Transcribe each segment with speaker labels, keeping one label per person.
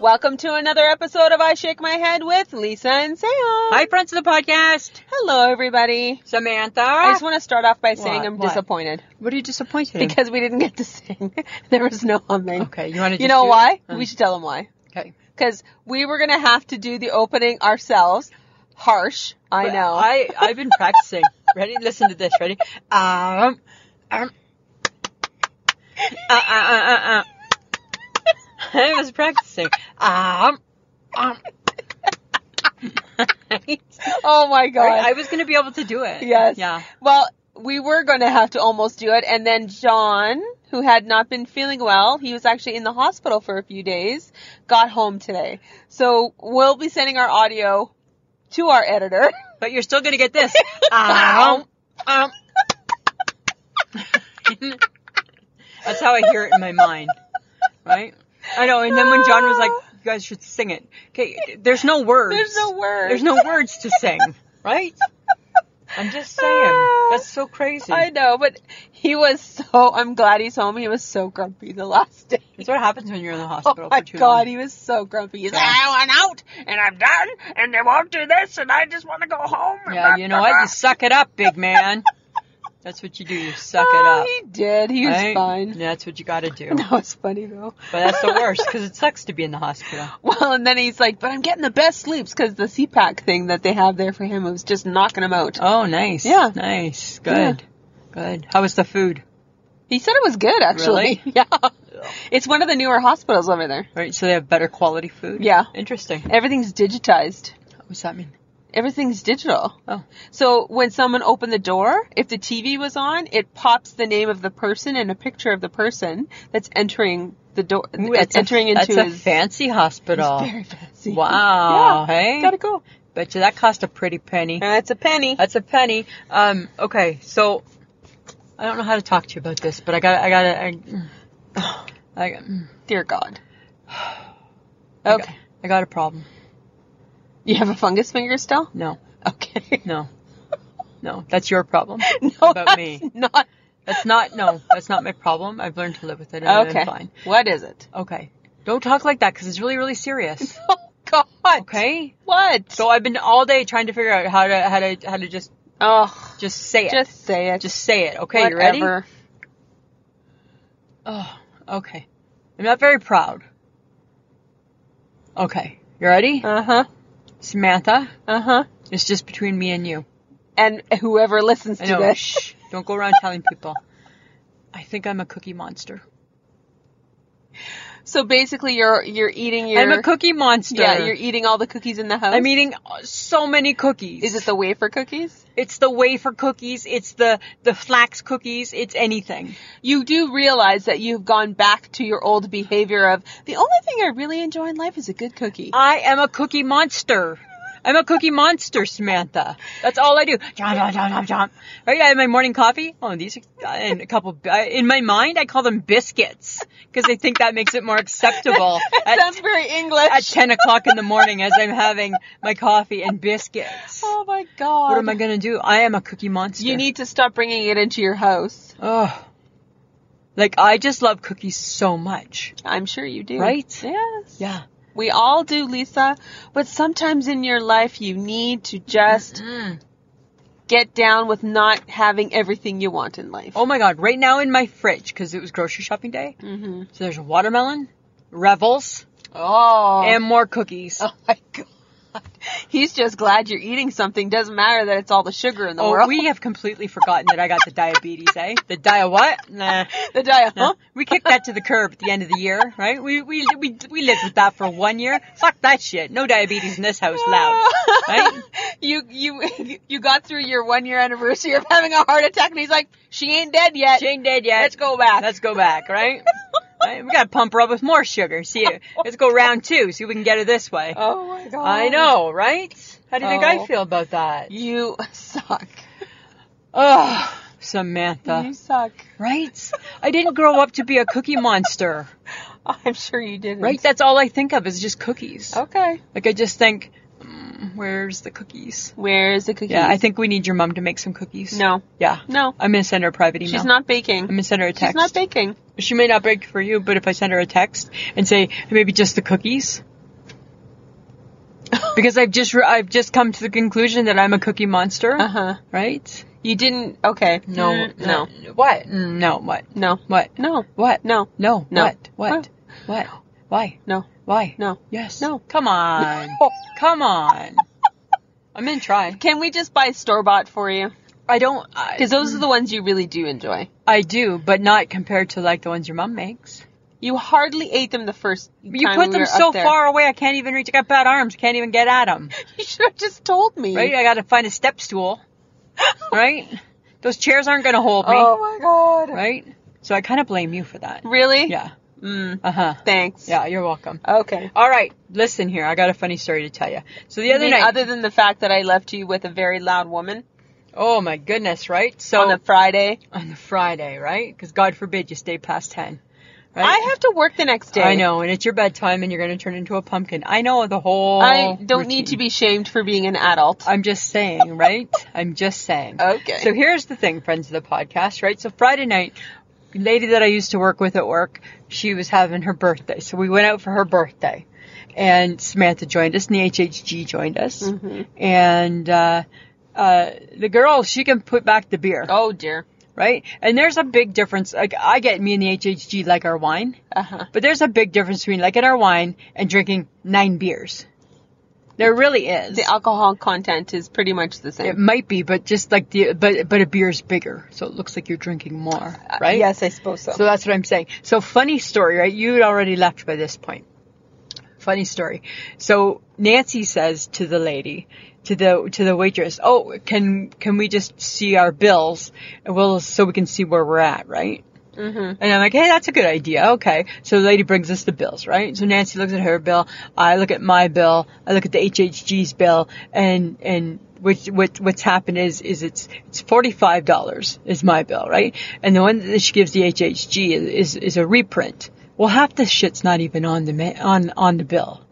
Speaker 1: welcome to another episode of I Shake My Head with Lisa and Sam.
Speaker 2: Hi, friends of the podcast.
Speaker 1: Hello, everybody.
Speaker 2: Samantha.
Speaker 1: I just want to start off by saying
Speaker 2: Ah. What?
Speaker 1: I'm
Speaker 2: What? Hmm.
Speaker 1: disappointed
Speaker 2: what are you disappointed in?
Speaker 1: because we didn't get to sing. there was no humming.
Speaker 2: okay, you want to.
Speaker 1: You know why? We should tell them why.
Speaker 2: Okay.
Speaker 1: Because we were gonna have to do the opening ourselves. Harsh. I
Speaker 2: But
Speaker 1: know.
Speaker 2: I I've been practicing. Ready? Listen to this. Ready? Um, um. Uh, uh, uh, uh, uh. I was practicing. Um, um.
Speaker 1: oh my god.
Speaker 2: I was gonna be able to do it.
Speaker 1: Yes.
Speaker 2: Yeah.
Speaker 1: Well, we were going to have to almost do it. And then John, who had not been feeling well, he was actually in the hospital for a few days, got home today. So we'll be sending our audio to our editor.
Speaker 2: But you're still gonna get this. Um, um. That's how I hear it in my mind, right? I know. And then when John was like, "You guys should sing it," okay? There's no words.
Speaker 1: There's no words.
Speaker 2: There's no words to sing, right? I'm just saying. That's so crazy.
Speaker 1: I know, but he was so. I'm glad he's home. He was so grumpy the last day.
Speaker 2: That's what happens when you're in the
Speaker 1: Oh
Speaker 2: hospital
Speaker 1: my
Speaker 2: for too
Speaker 1: god,
Speaker 2: long.
Speaker 1: he was so grumpy. He's
Speaker 2: Yeah.
Speaker 1: like, I went out and I'm done, and they won't do this, and I just want to go home.
Speaker 2: Yeah, you know what? You suck it up, big man. That's what you do. You suck it
Speaker 1: Oh,
Speaker 2: up.
Speaker 1: He did. He was
Speaker 2: right?
Speaker 1: fine.
Speaker 2: That's what you got to do.
Speaker 1: That was funny though.
Speaker 2: But that's the worst because it sucks to be in the hospital.
Speaker 1: Well, and then he's like, but I'm getting the best sleeps because the CPAC thing that they have there for him was just knocking him out.
Speaker 2: Oh, nice.
Speaker 1: Yeah.
Speaker 2: Nice. Good. Good. How was the food?
Speaker 1: He said it was good, actually.
Speaker 2: Really?
Speaker 1: Yeah. It's one of the newer hospitals over there.
Speaker 2: Right. So they have better quality food.
Speaker 1: Yeah.
Speaker 2: Interesting.
Speaker 1: Everything's digitized.
Speaker 2: What does that mean?
Speaker 1: Everything's digital.
Speaker 2: Oh.
Speaker 1: So when someone opened the door, if the TV was on, it pops the name of the person and a picture of the person that's entering the door,
Speaker 2: Ooh,
Speaker 1: that's
Speaker 2: a-
Speaker 1: entering
Speaker 2: that's
Speaker 1: into
Speaker 2: a
Speaker 1: his.
Speaker 2: fancy hospital.
Speaker 1: It's very fancy.
Speaker 2: Wow.
Speaker 1: Yeah.
Speaker 2: Hey.
Speaker 1: Gotta go.
Speaker 2: Bet you that cost a pretty penny.
Speaker 1: And it's a penny.
Speaker 2: That's a penny. Um. Okay. So, I don't know how to talk to you about this, but I got. I got. I. mm, I, mm,
Speaker 1: Dear God.
Speaker 2: I got-
Speaker 1: Okay.
Speaker 2: I got a problem.
Speaker 1: You have a fungus finger still?
Speaker 2: No.
Speaker 1: Okay.
Speaker 2: No. No. That's your problem.
Speaker 1: no,
Speaker 2: About
Speaker 1: that's
Speaker 2: me.
Speaker 1: not
Speaker 2: That's not. No. That's not my problem. I've learned to live with it. And
Speaker 1: okay.
Speaker 2: I'm fine.
Speaker 1: What is it?
Speaker 2: Okay. Don't talk like that because it's really, really serious.
Speaker 1: Oh God.
Speaker 2: Okay.
Speaker 1: What?
Speaker 2: So I've been all day trying to figure out how to how to how to just
Speaker 1: oh,
Speaker 2: just say it. Just,
Speaker 1: just say it.
Speaker 2: say it. Okay. You ready?
Speaker 1: Whatever.
Speaker 2: Oh. Okay. I'm not very proud. Okay. You ready?
Speaker 1: Uh huh.
Speaker 2: Samantha,
Speaker 1: Uh huh.
Speaker 2: it's just between me and you.
Speaker 1: And whoever listens
Speaker 2: I
Speaker 1: to
Speaker 2: know.
Speaker 1: this,
Speaker 2: Shh. Don't go around telling people. I think I'm a cookie monster.
Speaker 1: so basically you're you're eating your
Speaker 2: I'm a cookie monster.
Speaker 1: yeah you're eating all the cookies in the house.
Speaker 2: I'm eating uh, so many cookies.
Speaker 1: is it the wafer cookies?
Speaker 2: It's the wafer cookies. It's the the flax cookies. It's anything.
Speaker 1: You do realize that you've gone back to your old behavior of the only thing I really enjoy in life is a good cookie.
Speaker 2: I am a cookie monster. I'm a cookie monster, Samantha. That's all I do. Jump, jump, jump, jump, jump. Right? I have my morning coffee. Oh, these are, and a couple, I- in my mind, I call them biscuits because I think that makes it more acceptable
Speaker 1: that
Speaker 2: at,
Speaker 1: sounds very English.
Speaker 2: at 10 o'clock in the morning as I'm having my coffee and biscuits.
Speaker 1: oh my God.
Speaker 2: What am I going to do? I am a cookie monster.
Speaker 1: You need to stop bringing it into your house.
Speaker 2: oh. Like, I just love cookies so much.
Speaker 1: I'm sure you do.
Speaker 2: Right?
Speaker 1: Yes.
Speaker 2: Yeah.
Speaker 1: We all do, Lisa. But sometimes in your life, you need to just get down with not having everything you want in life.
Speaker 2: Oh my god, right now in my fridge, because it was grocery shopping day.
Speaker 1: hmm
Speaker 2: So there's watermelon, Revels,
Speaker 1: Oh.
Speaker 2: and more cookies.
Speaker 1: oh my God. He's just glad you're eating something. Doesn't matter that it's all the sugar in the
Speaker 2: oh,
Speaker 1: world.
Speaker 2: we have completely forgotten that I got the diabetes, eh? The dia what? Nah.
Speaker 1: the diet,
Speaker 2: nah.
Speaker 1: huh?
Speaker 2: We kicked that to the curb at the end of the year, right? We, we we we lived with that for one year. Fuck that shit. No diabetes in this house. Loud. Right?
Speaker 1: you you you got through your one year anniversary of having a heart attack, and he's like, "She ain't dead yet.
Speaker 2: She ain't dead yet.
Speaker 1: Let's go back."
Speaker 2: Let's go back, right? right? We gotta pump her up with more sugar. See, let's go round two. See if we can get her this way.
Speaker 1: oh my god!
Speaker 2: I know, right? How do you think
Speaker 1: Oh.
Speaker 2: I feel about that?
Speaker 1: You suck.
Speaker 2: Oh, Samantha.
Speaker 1: You suck.
Speaker 2: Right? I didn't grow up to be a cookie monster.
Speaker 1: I'm sure you didn't.
Speaker 2: Right? That's all I think of is just cookies.
Speaker 1: Okay.
Speaker 2: Like, I just think, mm, where's the cookies?
Speaker 1: Where's the cookies?
Speaker 2: Yeah, I think we need your mom to make some cookies.
Speaker 1: No,
Speaker 2: Yeah.
Speaker 1: no.
Speaker 2: I'm going to send her a private email.
Speaker 1: She's not baking.
Speaker 2: I'm going to send her a text.
Speaker 1: She's not baking.
Speaker 2: she may not bake for you, but if I send her a text and say, maybe just the cookies, because I've just re- I've just come to the conclusion that I'm a cookie monster,
Speaker 1: Uh huh.
Speaker 2: right?
Speaker 1: You didn't. Okay.
Speaker 2: Uh-huh. No,
Speaker 1: Mm, no.
Speaker 2: no. What? Mm, No. What?
Speaker 1: No.
Speaker 2: What?
Speaker 1: No.
Speaker 2: What?
Speaker 1: No.
Speaker 2: No.
Speaker 1: No.
Speaker 2: What? What? What? Why?
Speaker 1: No.
Speaker 2: Why?
Speaker 1: No.
Speaker 2: Yes.
Speaker 1: No.
Speaker 2: Come on. Come on. I'm gonna try.
Speaker 1: Can we just buy store bought for you?
Speaker 2: I don't. I-
Speaker 1: Because those are
Speaker 2: Mm.
Speaker 1: the ones you really do enjoy.
Speaker 2: I do, but not compared to like the ones your mom makes.
Speaker 1: You hardly ate them the first.
Speaker 2: You
Speaker 1: time
Speaker 2: put
Speaker 1: we
Speaker 2: them
Speaker 1: were up
Speaker 2: so
Speaker 1: there.
Speaker 2: far away, I can't even reach. I got bad arms, can't even get at them.
Speaker 1: You should have just told me.
Speaker 2: Right? I got to find a step stool. Right? Those chairs aren't gonna hold me.
Speaker 1: Oh my god.
Speaker 2: Right? So I kind of blame you for that.
Speaker 1: Really?
Speaker 2: Yeah.
Speaker 1: Mm,
Speaker 2: Uh huh.
Speaker 1: thanks.
Speaker 2: Yeah. You're welcome.
Speaker 1: Okay.
Speaker 2: All right. Listen here. I got a funny story to tell you. So the
Speaker 1: You
Speaker 2: other
Speaker 1: mean
Speaker 2: night.
Speaker 1: other than the fact that I left you with a very loud woman
Speaker 2: oh my goodness. Right? So
Speaker 1: on a Friday,
Speaker 2: on the Friday, right? Because God forbid you stay past 10. Right?
Speaker 1: I have to work the next day.
Speaker 2: I know, and it's your bedtime and you're going to turn into a pumpkin. I know the whole.
Speaker 1: I don't need to
Speaker 2: Oh, routine.
Speaker 1: be shamed for being an adult.
Speaker 2: I'm just saying, right? I'm just saying.
Speaker 1: Okay.
Speaker 2: So here's the thing, friends of the podcast, right? So Friday night, lady that I used to work with at work, she was having her birthday. So we went out for her birthday. And Samantha joined us, and the HHG joined us.
Speaker 1: Mm-hmm.
Speaker 2: And uh, uh, the girl, she can put back the beer
Speaker 1: oh dear.
Speaker 2: right? And there's a big difference. Like I get me and the HHG like our wine,
Speaker 1: Uh huh.
Speaker 2: but there's a big difference between liking our wine and drinking nine beers. There really is.
Speaker 1: The alcohol content is pretty much the
Speaker 2: it
Speaker 1: same.
Speaker 2: might be, but just like the but but a beer's bigger, so it looks like you're drinking more, right?
Speaker 1: Uh, Yes, I suppose so.
Speaker 2: So that's what I'm saying. So funny story, right? You'd already left by this point. Funny story. So Nancy says to the lady, to the to the waitress, "Oh, can can we just see our bills? And we'll so we can see where we're at, right?" Mm-hmm. And I'm like, "Hey, that's a good idea. Okay." So the lady brings us the bills, right? So Nancy looks at her bill, I look at my bill, I look at the HHG's bill, and and which what what's happened is is it's it's forty five dollars is my bill, right? And the one that she gives the HHG is is, is a reprint. Well, half the shit's not even on the ma- on on the bill.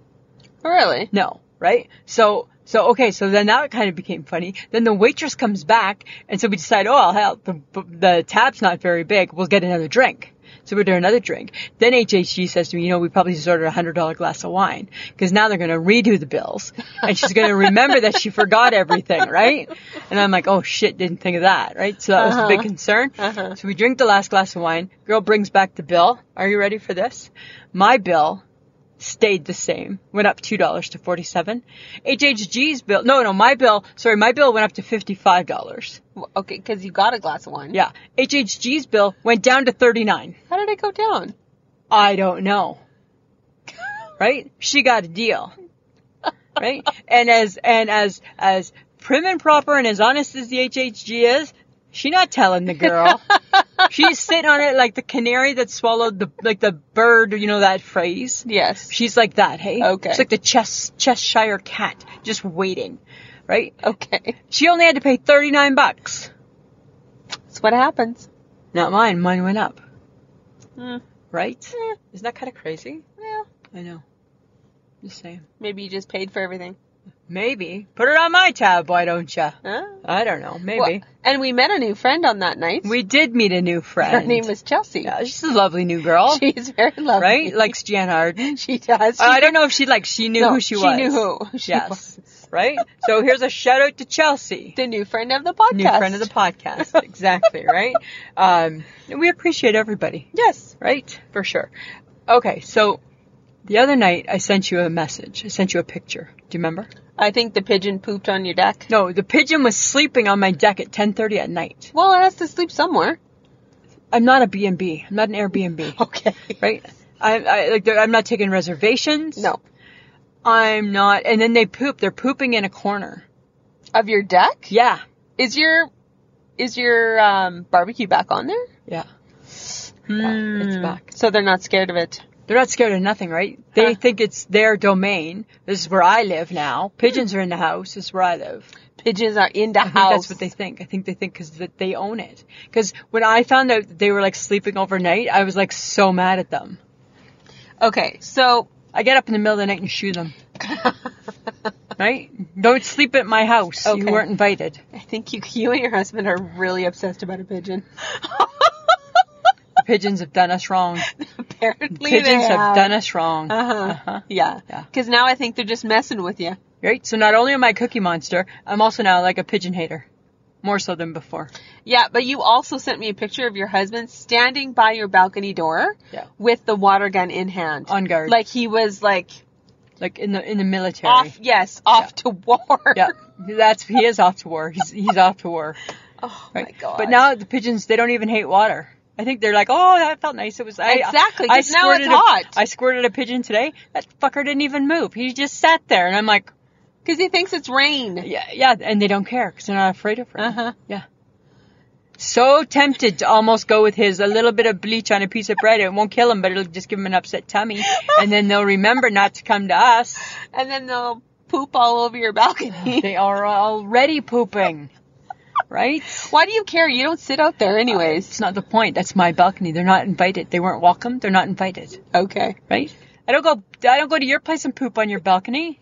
Speaker 1: really?
Speaker 2: No, right? So, so okay, so then that kind of became funny. Then the waitress comes back, and so we decide, oh, hell, the, the tab's not very big. We'll get another drink. So we do another drink. Then HHG says to me, you know, we probably just ordered a hundred dollar glass of wine because now they're going to redo the bills and she's going to remember that she forgot everything, right? And I'm like, oh shit, didn't think of that, right? So that was the big concern. So we drink the last glass of wine. Girl brings back the bill. Are you ready for this? My bill stayed the same. Went up two dollars to forty seven. HHG's bill no no my bill sorry, my bill went up to fifty five dollars.
Speaker 1: W- Okay, because you got a glass of wine.
Speaker 2: Yeah. HHG's bill went down to thirty nine.
Speaker 1: How did it go down?
Speaker 2: I don't know. Right? She got a deal. Right? And as and as as prim and proper and as honest as the HHG is, she not telling the girl. She's sitting on it like the canary that swallowed the like the bird, you know that phrase.
Speaker 1: Yes.
Speaker 2: She's like that, hey?
Speaker 1: Okay.
Speaker 2: She's like the Chess, Cheshire cat, just waiting, right?
Speaker 1: okay.
Speaker 2: She only had to pay 39 bucks.
Speaker 1: That's what happens.
Speaker 2: Not mine, mine went up, Hmm.
Speaker 1: Mm.
Speaker 2: right?
Speaker 1: Eh,
Speaker 2: Isn't that kind of crazy?
Speaker 1: well,
Speaker 2: I know. Just saying.
Speaker 1: maybe you just paid for everything.
Speaker 2: Maybe. Put it on my tab, why don't ya?
Speaker 1: Huh?
Speaker 2: I don't know, maybe.
Speaker 1: Well, and we met a new friend on that night.
Speaker 2: we did meet a new friend.
Speaker 1: Her name is Chelsea.
Speaker 2: Yeah, she's a lovely new girl,
Speaker 1: She's very lovely.
Speaker 2: right? Likes Jan Arden.
Speaker 1: She does.
Speaker 2: I don't know if she like she knew
Speaker 1: No,
Speaker 2: who she, was.
Speaker 1: She knew who she
Speaker 2: Yes.
Speaker 1: was.
Speaker 2: Right? So here's a shout out to Chelsea.
Speaker 1: The new friend of the podcast.
Speaker 2: new friend of the podcast. Exactly, right? Um, and we appreciate everybody,
Speaker 1: Yes.
Speaker 2: right? For sure. Okay, so the other night I sent you a message. I sent you a picture. Do you remember?
Speaker 1: I think the pigeon pooped on your deck.
Speaker 2: No, the pigeon was sleeping on my deck at 10:30 at night.
Speaker 1: Well, it has to sleep somewhere.
Speaker 2: I'm not a B&B. I'm not an Airbnb,
Speaker 1: Okay.
Speaker 2: right? I, I like there- I'm not taking reservations.
Speaker 1: No.
Speaker 2: I'm not. And then they poop. They're pooping in a corner.
Speaker 1: Of your deck?
Speaker 2: Yeah.
Speaker 1: Is your is your um, barbecue back on there?
Speaker 2: Yeah.
Speaker 1: Hmm.
Speaker 2: Yeah, it's back.
Speaker 1: So they're not scared of it.
Speaker 2: They're not scared of nothing, right? They
Speaker 1: Huh.
Speaker 2: think it's their domain. This is where I live now. Pigeons are in the house. This is where I live.
Speaker 1: Pigeons are in the
Speaker 2: I think
Speaker 1: house.
Speaker 2: that's what they think. I think they think because that they own it. Because when I found out that they were like sleeping overnight, I was like so mad at them.
Speaker 1: Okay, so
Speaker 2: I get up in the middle of the night and shoot them. right? Don't sleep at my house. You
Speaker 1: Okay.
Speaker 2: weren't invited.
Speaker 1: I think you you and your husband are really obsessed about a pigeon.
Speaker 2: The pigeons have done us wrong.
Speaker 1: Apparently they
Speaker 2: Pigeons have
Speaker 1: have.
Speaker 2: done us wrong.
Speaker 1: Uh-huh.
Speaker 2: Uh-huh.
Speaker 1: Yeah.
Speaker 2: Yeah.
Speaker 1: Because now I think they're just messing with you.
Speaker 2: Right? So not only am I a cookie monster, I'm also now like a pigeon hater. More so than before.
Speaker 1: Yeah, but you also sent me a picture of your husband standing by your balcony door
Speaker 2: Yeah.
Speaker 1: with the water gun in hand.
Speaker 2: On guard.
Speaker 1: Like he was like
Speaker 2: Like in the in the military.
Speaker 1: off, yes, off to war.
Speaker 2: Yeah. That's he is off to war. He's he's off to war.
Speaker 1: Oh
Speaker 2: Right.
Speaker 1: my god.
Speaker 2: But now the pigeons they don't even hate water. I think they're like, oh, that felt nice. It was I,
Speaker 1: Exactly,
Speaker 2: I
Speaker 1: 'cause now it's
Speaker 2: squirted a-
Speaker 1: hot.
Speaker 2: I squirted a pigeon today. That fucker didn't even move. He just sat there, and I'm like,
Speaker 1: because he thinks it's rain.
Speaker 2: yeah, yeah. And they don't care because they're not afraid of rain.
Speaker 1: Uh-huh.
Speaker 2: Yeah. So tempted to almost go with his a little bit of bleach on a piece of bread. It won't kill him, but it'll just give him an upset tummy, and then they'll remember not to come to us.
Speaker 1: And then they'll poop all over your balcony.
Speaker 2: They are already pooping, right?
Speaker 1: Why do you care? You don't sit out there anyways.
Speaker 2: It's not the point. That's my balcony. They're not invited. They weren't welcome. They're not invited.
Speaker 1: Okay.
Speaker 2: right? I don't go. I don't go to your place and poop on your balcony.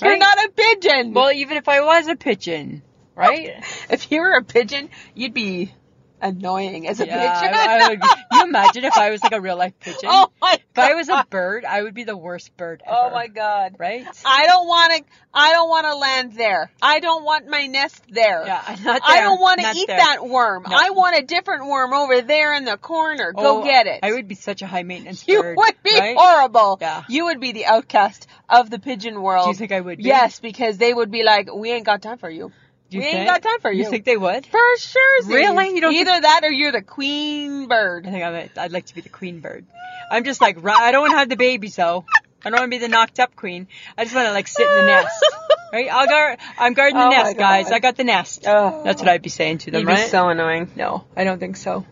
Speaker 1: You're
Speaker 2: Right?
Speaker 1: not a pigeon.
Speaker 2: Well, even if I was a pigeon, right?
Speaker 1: if you were a pigeon, you'd be annoying as a pigeon.
Speaker 2: I, I would, you imagine if I was like a real life pigeon?
Speaker 1: oh my
Speaker 2: if I was a
Speaker 1: God.
Speaker 2: bird, I would be the worst bird ever.
Speaker 1: Oh my god.
Speaker 2: Right?
Speaker 1: I don't want to. I don't want to land there. I don't want my nest there.
Speaker 2: Yeah, I'm not
Speaker 1: I
Speaker 2: there,
Speaker 1: don't want to
Speaker 2: not
Speaker 1: eat
Speaker 2: there.
Speaker 1: that worm.
Speaker 2: No.
Speaker 1: I want a different worm over there in the corner. Go
Speaker 2: Oh,
Speaker 1: get it.
Speaker 2: I would be such a high maintenance
Speaker 1: You
Speaker 2: bird.
Speaker 1: would be
Speaker 2: right?
Speaker 1: horrible.
Speaker 2: Yeah.
Speaker 1: You would be the outcast of the pigeon world.
Speaker 2: Do you think I would? Be?
Speaker 1: Yes, because they would be like, "We ain't got time for you."
Speaker 2: Do you
Speaker 1: we
Speaker 2: think?
Speaker 1: ain't got time for you.
Speaker 2: You think they would?
Speaker 1: for sure.
Speaker 2: Really? You don't
Speaker 1: Either that or you're the queen
Speaker 2: I
Speaker 1: bird.
Speaker 2: think I'm a, I'd like to be the queen bird. I'm just like ri- I don't want to have the babies though. I don't want to be the knocked up queen. I just want to like sit in the nest. Right? I'll guard. I'm guarding the
Speaker 1: Oh my
Speaker 2: nest, guys.
Speaker 1: God.
Speaker 2: I got the nest.
Speaker 1: Oh.
Speaker 2: That's what I'd be saying to them,
Speaker 1: You'd
Speaker 2: right?
Speaker 1: be so annoying.
Speaker 2: no, I don't think so.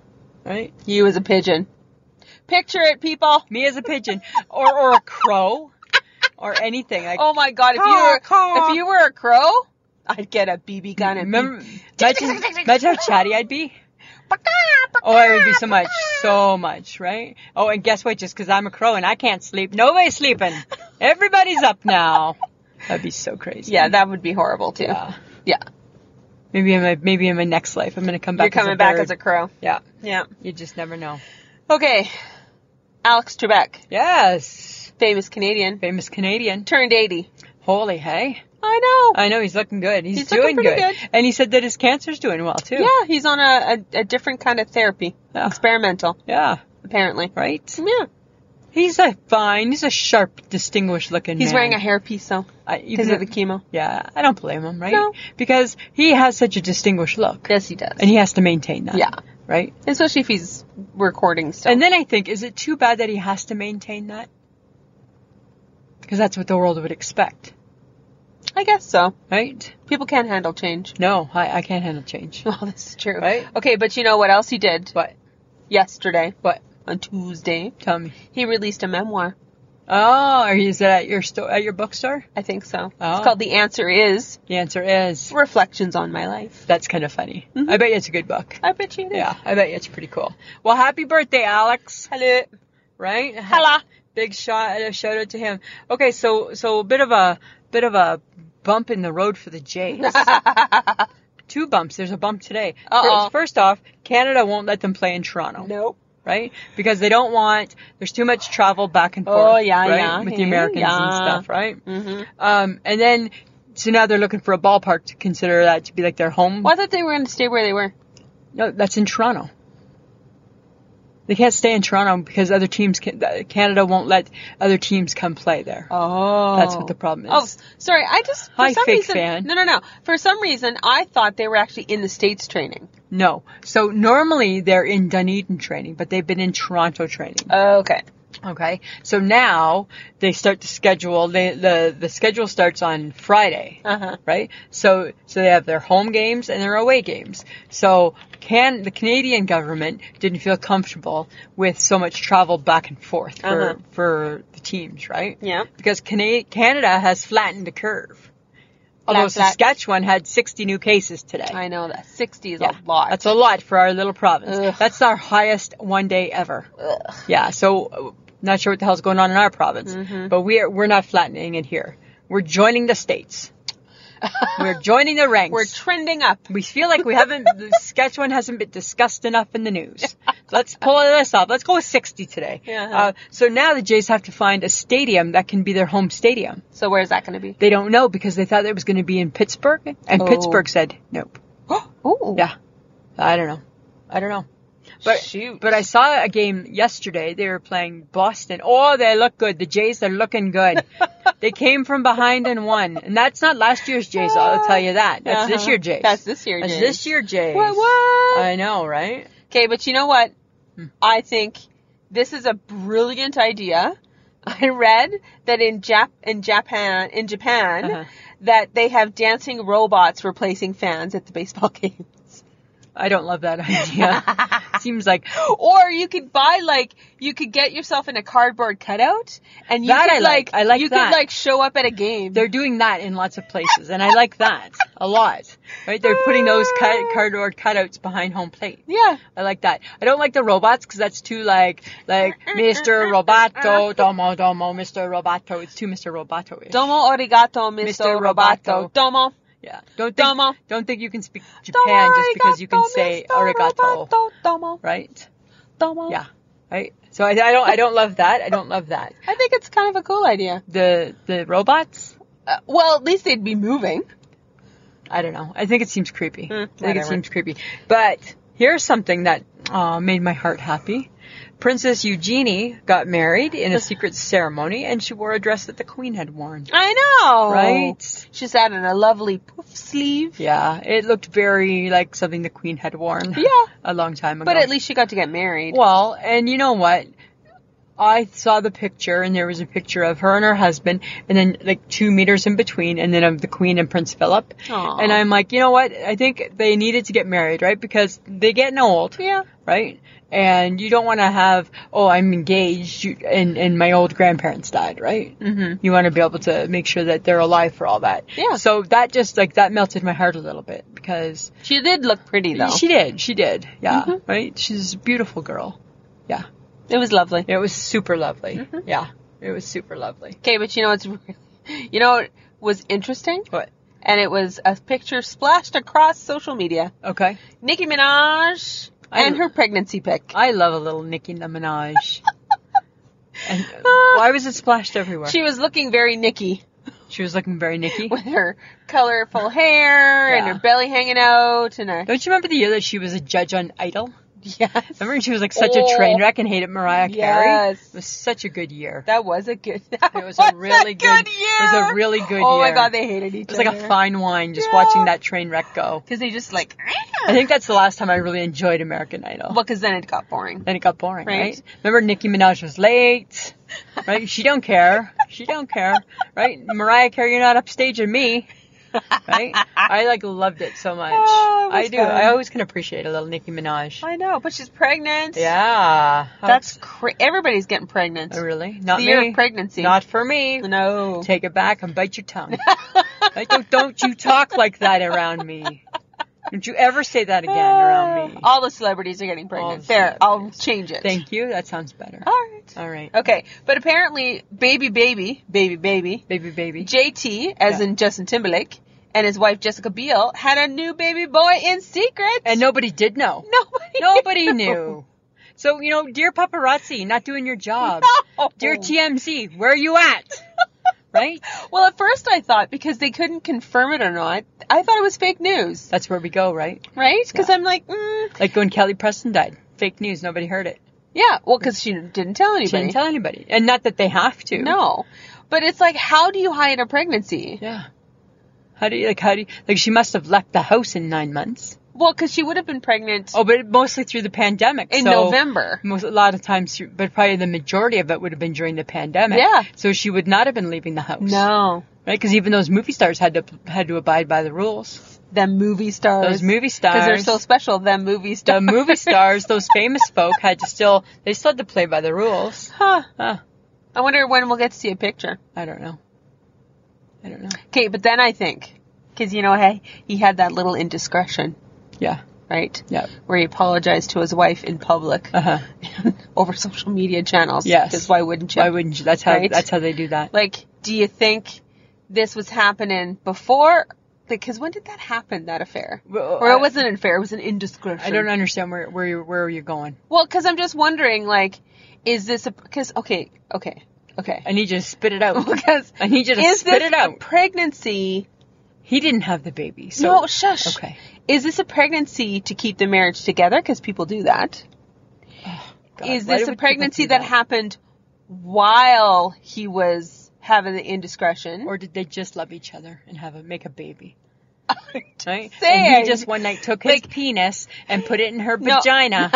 Speaker 2: Right?
Speaker 1: You as a pigeon. Picture it, people.
Speaker 2: Me as a pigeon, or or a crow, or anything. Like,
Speaker 1: Oh my god, if you
Speaker 2: Caw,
Speaker 1: were
Speaker 2: caw.
Speaker 1: if you were a crow, I'd get a BB gun and
Speaker 2: remember,
Speaker 1: be-
Speaker 2: imagine, imagine how chatty I'd be.
Speaker 1: Paka, paka,
Speaker 2: Oh, I would be so much,
Speaker 1: paka.
Speaker 2: so much, right? Oh, and guess what? Just 'cause I'm a crow and I can't sleep, nobody's sleeping. Everybody's up now. That'd be so crazy.
Speaker 1: Yeah, that would be horrible too.
Speaker 2: Yeah.
Speaker 1: Yeah.
Speaker 2: Maybe in my maybe in my next life, I'm gonna come back.
Speaker 1: You're coming
Speaker 2: as a
Speaker 1: back
Speaker 2: bird.
Speaker 1: as a crow.
Speaker 2: yeah.
Speaker 1: Yeah.
Speaker 2: You just never know.
Speaker 1: Okay. Alex Trebek,
Speaker 2: Yes,
Speaker 1: famous Canadian,
Speaker 2: famous Canadian.
Speaker 1: turned 80.
Speaker 2: Holy hey!
Speaker 1: I know.
Speaker 2: I know he's looking good. He's,
Speaker 1: He's
Speaker 2: doing
Speaker 1: looking
Speaker 2: good.
Speaker 1: pretty
Speaker 2: and he said that his cancer's doing well too.
Speaker 1: yeah, he's on a, a, a different kind of therapy.
Speaker 2: Yeah.
Speaker 1: Experimental,
Speaker 2: Yeah.
Speaker 1: apparently.
Speaker 2: Right.
Speaker 1: Yeah.
Speaker 2: He's a fine. He's a sharp, distinguished looking.
Speaker 1: He's
Speaker 2: man.
Speaker 1: wearing a hairpiece though,
Speaker 2: I-
Speaker 1: because
Speaker 2: even
Speaker 1: of the chemo.
Speaker 2: Yeah, I don't blame him, right?
Speaker 1: No.
Speaker 2: Because he has such a distinguished look,
Speaker 1: Yes, he does.
Speaker 2: and he has to maintain that.
Speaker 1: yeah.
Speaker 2: Right.
Speaker 1: Especially if he's recording stuff.
Speaker 2: And then I think, is it too bad that he has to maintain that? Because that's what the world would expect,
Speaker 1: I guess so.
Speaker 2: right?
Speaker 1: People can't handle change.
Speaker 2: No, I, I can't handle change.
Speaker 1: Well, this is true.
Speaker 2: Right?
Speaker 1: Okay, but you know what else he did
Speaker 2: But
Speaker 1: yesterday
Speaker 2: what?
Speaker 1: on Tuesday?
Speaker 2: Tell me.
Speaker 1: He released a memoir.
Speaker 2: Oh, or is it at your store? At your bookstore?
Speaker 1: I think so.
Speaker 2: Oh.
Speaker 1: It's called The Answer Is
Speaker 2: The answer is.
Speaker 1: Reflections on My Life.
Speaker 2: That's kind of funny.
Speaker 1: Mhm.
Speaker 2: I bet you it's a good book.
Speaker 1: I bet you it is.
Speaker 2: Yeah, I bet you it's pretty cool. Well, happy birthday, Alex.
Speaker 1: Hello.
Speaker 2: Right?
Speaker 1: Hello.
Speaker 2: big shot a shout out to him. Okay, so so a bit of a bit of a bump in the road for the Jays. Two bumps. There's a bump today.
Speaker 1: Uh-oh.
Speaker 2: First, first off, Canada won't let them play in Toronto,
Speaker 1: nope.
Speaker 2: right? Because they don't want there's too much travel back and forth.
Speaker 1: Oh, yeah,
Speaker 2: right?
Speaker 1: yeah,
Speaker 2: With the
Speaker 1: hey,
Speaker 2: Americans and
Speaker 1: yeah.
Speaker 2: stuff, right?
Speaker 1: Mm-hmm.
Speaker 2: Um, and then so now they're looking for a ballpark to consider that to be like their home.
Speaker 1: Well, I thought they were going to stay where they were.
Speaker 2: No, that's in Toronto. They can't stay in Toronto because other teams can, uh, Canada won't let other teams come play there.
Speaker 1: Oh.
Speaker 2: That's what the problem is.
Speaker 1: Oh, s- sorry. I just for
Speaker 2: Hi,
Speaker 1: some
Speaker 2: fake
Speaker 1: reason
Speaker 2: fan.
Speaker 1: no no no for some reason I thought they were actually in the states training.
Speaker 2: No. So normally they're in Dunedin training, but they've been in Toronto training.
Speaker 1: Okay.
Speaker 2: Okay. So now they start to schedule. They, the the schedule starts on Friday,
Speaker 1: Uh huh.
Speaker 2: right? So so they have their home games and their away games. So can the Canadian government didn't feel comfortable with so much travel back and forth for
Speaker 1: Uh-huh.
Speaker 2: for the teams, right?
Speaker 1: Yeah.
Speaker 2: Because Cana- Canada has flattened the curve. Although
Speaker 1: Flat, flat.
Speaker 2: Saskatchewan had 60 new cases today.
Speaker 1: I know that sixty is
Speaker 2: Yeah,
Speaker 1: a lot.
Speaker 2: That's a lot for our little province.
Speaker 1: Ugh.
Speaker 2: That's our highest one day ever.
Speaker 1: Ugh.
Speaker 2: Yeah, so uh, not sure what the hell's going on in our province,
Speaker 1: Mm-hmm.
Speaker 2: but we are we're not flattening it here. We're joining the states. we're joining the ranks.
Speaker 1: We're trending up.
Speaker 2: we feel like we haven't. the Saskatchewan hasn't been discussed enough in the news. Let's pull this up. Let's go with 60 today.
Speaker 1: Yeah.
Speaker 2: Uh, so now the Jays have to find a stadium that can be their home stadium.
Speaker 1: So where's that going to be?
Speaker 2: They don't know because they thought it was going to be in Pittsburgh, and
Speaker 1: Oh.
Speaker 2: Pittsburgh said nope.
Speaker 1: Oh,
Speaker 2: Yeah. I don't know. I don't know. But
Speaker 1: Shoot.
Speaker 2: but I saw a game yesterday. They were playing Boston. Oh, they look good. The Jays are looking good. they came from behind and won, and that's not last year's Jays. I'll tell you that. That's this
Speaker 1: Ah. Uh-huh.
Speaker 2: year Jays.
Speaker 1: That's this year
Speaker 2: That's
Speaker 1: Jays.
Speaker 2: this year Jays.
Speaker 1: What? What?
Speaker 2: I Hmm. know, right?
Speaker 1: Okay, but you know what? I think this is a brilliant idea. I read that in Jap in Japan in Japan
Speaker 2: Uh-huh.
Speaker 1: that they have dancing robots replacing fans at the baseball game.
Speaker 2: I don't love that idea. Seems like
Speaker 1: Or you could buy like you could get yourself in a cardboard cutout and you
Speaker 2: That
Speaker 1: could
Speaker 2: I like. I like
Speaker 1: you
Speaker 2: that.
Speaker 1: could like show up at a game.
Speaker 2: they're doing that in lots of places, and I like that a lot. Right? They're putting those cut, cardboard cutouts behind home plate.
Speaker 1: yeah.
Speaker 2: I like that. I don't like the robots because that's too like like Mr. Roboto, Domo Domo, Mr. Roboto. It's too Mr. Roboto. -ish.
Speaker 1: Domo arigato, Mr.
Speaker 2: Mr.
Speaker 1: Roboto.
Speaker 2: Roboto.
Speaker 1: Domo.
Speaker 2: yeah. Don't think,
Speaker 1: Domo.
Speaker 2: don't think you can speak Japan
Speaker 1: Domo
Speaker 2: just because you can
Speaker 1: arigato,
Speaker 2: say
Speaker 1: Mr.
Speaker 2: arigato,
Speaker 1: Roboto. Domo.
Speaker 2: right?
Speaker 1: Domo.
Speaker 2: Yeah. Right. So I, I don't I don't love that. I don't love that.
Speaker 1: I think it's kind of a cool idea.
Speaker 2: The the robots.
Speaker 1: Uh, well, at least they'd be moving.
Speaker 2: I don't know. I think it seems creepy. I think
Speaker 1: Hmm, whatever.
Speaker 2: it seems creepy. But here's something that uh, made my heart happy. Princess Eugenie got married in a secret ceremony, and she wore a dress that the queen had worn.
Speaker 1: I know.
Speaker 2: Right?
Speaker 1: She's added a lovely poof sleeve.
Speaker 2: Yeah, it looked very like something the queen had worn.
Speaker 1: Yeah.
Speaker 2: a long time ago.
Speaker 1: But at least she got to get married.
Speaker 2: well, and you know what? I saw the picture, and there was a picture of her and her husband, and then like two meters in between, and then of the queen and Prince Philip.
Speaker 1: Aw.
Speaker 2: And I'm like, you know what? I think they needed to get married, right? Because they getting old.
Speaker 1: yeah.
Speaker 2: right? And you don't want to have, oh, I'm engaged you- and, and my old grandparents died, right? Mm-hmm. You want to be able to make sure that they're alive for all that.
Speaker 1: Yeah.
Speaker 2: So that just like, that melted my heart a little bit because
Speaker 1: She did look pretty though.
Speaker 2: she did, she did. Yeah.
Speaker 1: Mm-hmm.
Speaker 2: Right? She's a beautiful girl. Yeah.
Speaker 1: it was lovely.
Speaker 2: It was super lovely.
Speaker 1: Mm-hmm.
Speaker 2: Yeah. It was super lovely.
Speaker 1: Okay, but you know what's really, you know what was interesting?
Speaker 2: What?
Speaker 1: And it was a picture splashed across social media.
Speaker 2: Okay.
Speaker 1: Nicki Minaj
Speaker 2: I-
Speaker 1: and her pregnancy pic.
Speaker 2: I love a little Nicki Minaj. and uh, why was it splashed everywhere?
Speaker 1: She was looking very Nicki
Speaker 2: She was looking very Nicki.
Speaker 1: with her colorful hair and
Speaker 2: Yeah.
Speaker 1: her belly hanging out and her
Speaker 2: Don't you remember the year that she was a judge on Idol?
Speaker 1: yes.
Speaker 2: Remember when she was like such
Speaker 1: Oh.
Speaker 2: a train wreck and hated Mariah Carey?
Speaker 1: Yes.
Speaker 2: It was such a good year.
Speaker 1: That was a good. That
Speaker 2: It was a really good-
Speaker 1: year.
Speaker 2: it was a really good
Speaker 1: Oh my
Speaker 2: year.
Speaker 1: god, they hated each
Speaker 2: it was
Speaker 1: other.
Speaker 2: like a fine wine just
Speaker 1: Yeah.
Speaker 2: watching that train wreck go.
Speaker 1: because they just like.
Speaker 2: I think that's the last time I really enjoyed American Idol.
Speaker 1: Well, because then it got boring.
Speaker 2: then it got boring,
Speaker 1: Right.
Speaker 2: right? Remember Nicki Minaj was late, right? She don't care. She don't care, right? Mariah Carey, you're not upstaging me, right? I like loved it so much.
Speaker 1: Oh, it was
Speaker 2: I do.
Speaker 1: fun.
Speaker 2: I always can appreciate a little Nicki Minaj.
Speaker 1: I know, but she's pregnant.
Speaker 2: Yeah,
Speaker 1: that's cra- everybody's getting pregnant.
Speaker 2: Oh, really not
Speaker 1: the
Speaker 2: me.
Speaker 1: year of pregnancy.
Speaker 2: Not for me.
Speaker 1: no.
Speaker 2: Take it back and bite your tongue. Like, don't, don't you talk like that around me. Don't you ever say that again around me.
Speaker 1: All the celebrities are getting pregnant.
Speaker 2: the
Speaker 1: there, I'll change it.
Speaker 2: Thank you. That sounds better.
Speaker 1: All right.
Speaker 2: All right.
Speaker 1: Okay, but apparently, baby, baby, baby, baby,
Speaker 2: Baby, baby.
Speaker 1: JT, as
Speaker 2: Yeah.
Speaker 1: in Justin Timberlake, and his wife Jessica Biel had a new baby boy in secret.
Speaker 2: And nobody did know.
Speaker 1: nobody,
Speaker 2: Nobody knew. So, you know, dear paparazzi, not doing your job.
Speaker 1: No.
Speaker 2: Dear TMZ, where are you at? Right?
Speaker 1: Well, at first I thought because they couldn't confirm it or not, I thought it was fake news,
Speaker 2: That's where we go, right?
Speaker 1: right? Because I'm like, mm,
Speaker 2: Like when Kelly Preston died. Fake news. Nobody heard it.
Speaker 1: yeah, well, because she didn't tell anybody.
Speaker 2: She didn't tell anybody. And not that they have to.
Speaker 1: No, but it's like, how do you hide a pregnancy?
Speaker 2: Yeah. How do you like? How do you like? She must have left the house in nine months.
Speaker 1: Well, because she would have been pregnant
Speaker 2: Oh, but mostly through the pandemic.
Speaker 1: in
Speaker 2: so
Speaker 1: November.
Speaker 2: Most, a lot of times, through- but probably the majority of it would have been during the pandemic.
Speaker 1: Yeah.
Speaker 2: So she would not have been leaving the house.
Speaker 1: No,
Speaker 2: Right? Because even those movie stars had to had to abide by the rules.
Speaker 1: them movie stars.
Speaker 2: Those movie
Speaker 1: because
Speaker 2: stars.
Speaker 1: they're so special. Them movie
Speaker 2: the
Speaker 1: stars.
Speaker 2: movie stars, those famous folk had to still they still had to play by the rules.
Speaker 1: Huh.
Speaker 2: Huh.
Speaker 1: I wonder when we'll get to see a picture.
Speaker 2: I don't know. I don't know.
Speaker 1: Okay, but then I think, because you know, hey, he had that little indiscretion,
Speaker 2: Yeah.
Speaker 1: right?
Speaker 2: Yeah.
Speaker 1: Where he apologized to his wife in public
Speaker 2: Uh huh.
Speaker 1: over social media channels.
Speaker 2: Yes.
Speaker 1: Because why wouldn't you?
Speaker 2: Why wouldn't you? That's how
Speaker 1: Right.
Speaker 2: that's how they do that.
Speaker 1: Like, do you think this was happening before because when did that happen? That affair,
Speaker 2: Well,
Speaker 1: or
Speaker 2: I-
Speaker 1: it wasn't an affair. It was an indiscretion.
Speaker 2: I don't understand where where you where you're going.
Speaker 1: Well, because I'm just wondering, like, is this a? Because okay, okay, okay.
Speaker 2: I need you to spit it out.
Speaker 1: Because
Speaker 2: I need you to
Speaker 1: is
Speaker 2: spit
Speaker 1: this
Speaker 2: it
Speaker 1: a
Speaker 2: out.
Speaker 1: pregnancy?
Speaker 2: He didn't have the baby. So
Speaker 1: no, shush.
Speaker 2: Okay.
Speaker 1: Is this a pregnancy to keep the marriage together? Because people do that.
Speaker 2: God,
Speaker 1: is
Speaker 2: why do
Speaker 1: this
Speaker 2: we
Speaker 1: a
Speaker 2: even
Speaker 1: pregnancy
Speaker 2: do
Speaker 1: that happened while he was having the indiscretion?
Speaker 2: Or did they just love each other and have a make a baby? Right? And
Speaker 1: saying.
Speaker 2: he just one night took his
Speaker 1: Like-
Speaker 2: penis and put it in her
Speaker 1: No.
Speaker 2: vagina,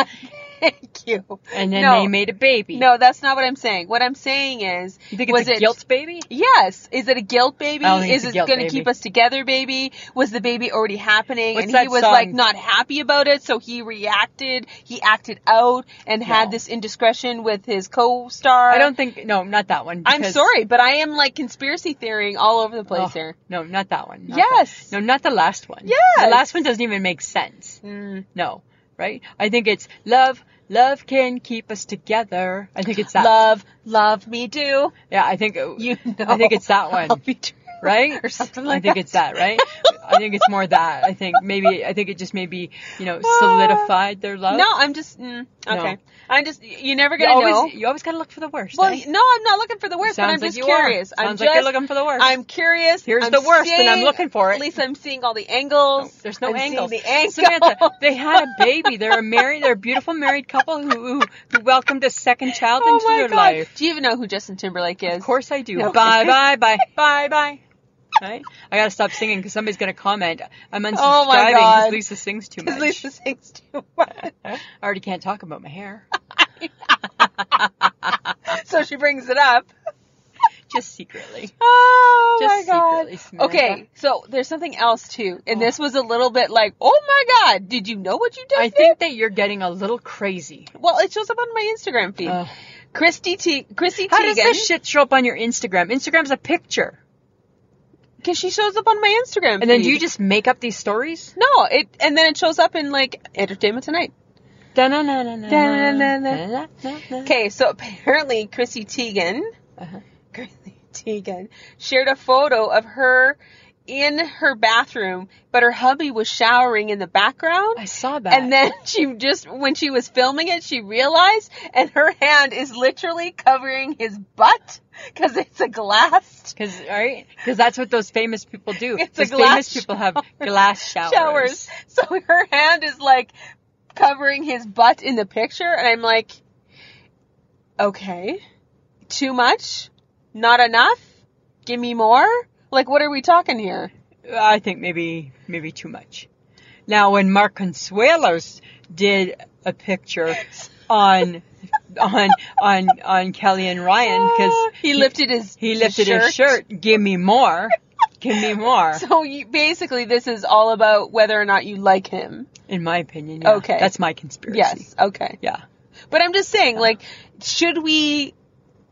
Speaker 1: Thank you.
Speaker 2: and then
Speaker 1: No.
Speaker 2: they made a baby.
Speaker 1: No, that's not what I'm saying. What I'm saying is,
Speaker 2: you think
Speaker 1: was
Speaker 2: it's a
Speaker 1: it
Speaker 2: guilt baby?
Speaker 1: Yes. Is it a guilt baby?
Speaker 2: I don't think
Speaker 1: Is
Speaker 2: it's
Speaker 1: it
Speaker 2: Oh, a guilt
Speaker 1: going to
Speaker 2: baby.
Speaker 1: keep us together, baby? Was the baby already happening?
Speaker 2: What's
Speaker 1: and
Speaker 2: that
Speaker 1: he was
Speaker 2: song?
Speaker 1: like not happy about it, so he reacted. He acted out and
Speaker 2: No.
Speaker 1: had this indiscretion with his co-star.
Speaker 2: I don't think. No, not that one.
Speaker 1: I'm
Speaker 2: because-
Speaker 1: sorry, but I am like conspiracy theoring all over the place
Speaker 2: Oh,
Speaker 1: here.
Speaker 2: No, not that one. not
Speaker 1: Yes.
Speaker 2: that- No, not the last one. The
Speaker 1: Yes.
Speaker 2: last one doesn't even make sense.
Speaker 1: Mm.
Speaker 2: No, right? I think it's love. Love can keep us together. I think it's that.
Speaker 1: Love, love me do.
Speaker 2: Yeah, I think.
Speaker 1: You know.
Speaker 2: I think it's that one.
Speaker 1: I'll be true.
Speaker 2: right?
Speaker 1: Or something
Speaker 2: I
Speaker 1: like
Speaker 2: think
Speaker 1: that.
Speaker 2: it's that, right? I think it's more that. I think maybe I think it just maybe you know solidified their love.
Speaker 1: No, I'm just mm,
Speaker 2: No.
Speaker 1: okay. I'm just you're never
Speaker 2: you
Speaker 1: gonna
Speaker 2: always
Speaker 1: know.
Speaker 2: you always gotta look for the worst.
Speaker 1: Well,
Speaker 2: eh?
Speaker 1: no, I'm not looking for the worst, but
Speaker 2: Sounds
Speaker 1: I'm
Speaker 2: like
Speaker 1: just
Speaker 2: you are.
Speaker 1: curious. I'm
Speaker 2: Sounds
Speaker 1: just
Speaker 2: like you're looking for the worst.
Speaker 1: I'm curious.
Speaker 2: Here's
Speaker 1: I'm
Speaker 2: the worst, and I'm looking for it.
Speaker 1: At least I'm seeing all the angles.
Speaker 2: No, there's no
Speaker 1: I'm seeing
Speaker 2: angles.
Speaker 1: the angles.
Speaker 2: Samantha, they had a baby. They're a married. They're a beautiful married couple who who, who welcomed a second child
Speaker 1: oh
Speaker 2: into
Speaker 1: my
Speaker 2: their
Speaker 1: God.
Speaker 2: life.
Speaker 1: Do you even know who Justin Timberlake is?
Speaker 2: Of course I do.
Speaker 1: No.
Speaker 2: Bye bye bye bye bye. Right? I gotta stop singing because somebody's gonna comment. I'm unsubscribing
Speaker 1: Oh my
Speaker 2: because
Speaker 1: God.
Speaker 2: Lisa sings too much.
Speaker 1: Because Lisa sings too much.
Speaker 2: I already can't talk about my hair.
Speaker 1: so she brings it up.
Speaker 2: Just secretly.
Speaker 1: Oh
Speaker 2: Just
Speaker 1: my God.
Speaker 2: secretly, Samantha.
Speaker 1: Okay, so there's something else too, and
Speaker 2: Oh.
Speaker 1: this was a little bit like, oh my God, did you know what you did?
Speaker 2: I
Speaker 1: there?
Speaker 2: think that you're getting a little crazy.
Speaker 1: Well, it shows up on my Instagram feed.
Speaker 2: Ugh.
Speaker 1: Christy T. Christy
Speaker 2: Oh. How
Speaker 1: Teigen.
Speaker 2: does this shit show up on your Instagram? Instagram's a picture.
Speaker 1: Because she shows up on my Instagram.
Speaker 2: And then
Speaker 1: feed.
Speaker 2: do you just make up these stories?
Speaker 1: no it, and then it shows up in like Entertainment Tonight. Da-na-na-na-na.
Speaker 2: Okay.
Speaker 1: Okay, so apparently Chrissy Teigen,
Speaker 2: Uh-huh.
Speaker 1: Chrissy Teigen shared a photo of her in her bathroom, but her hubby was showering in the background.
Speaker 2: I saw that.
Speaker 1: and then she just, when she was filming it, she realized, and her hand is literally covering his butt because it's a glass
Speaker 2: Cause, right? 'Cause that's what those famous people do.
Speaker 1: It's a
Speaker 2: those
Speaker 1: glass
Speaker 2: famous people have glass showers.
Speaker 1: showers. So her hand is like covering his butt in the picture, and I'm like, okay, too much, not enough, give me more. Like, what are we talking here?
Speaker 2: I think maybe, maybe too much. Now, when Mark Consuelos did a picture on, on, on, on Kelly and Ryan, cause
Speaker 1: Ah, he lifted his
Speaker 2: He lifted his shirt. Give me more. Give me more.
Speaker 1: So you, basically, this is all about whether or not you like him.
Speaker 2: In my opinion. yeah.
Speaker 1: Okay.
Speaker 2: That's my conspiracy.
Speaker 1: Yes. Okay.
Speaker 2: Yeah.
Speaker 1: But I'm just saying, like, should we?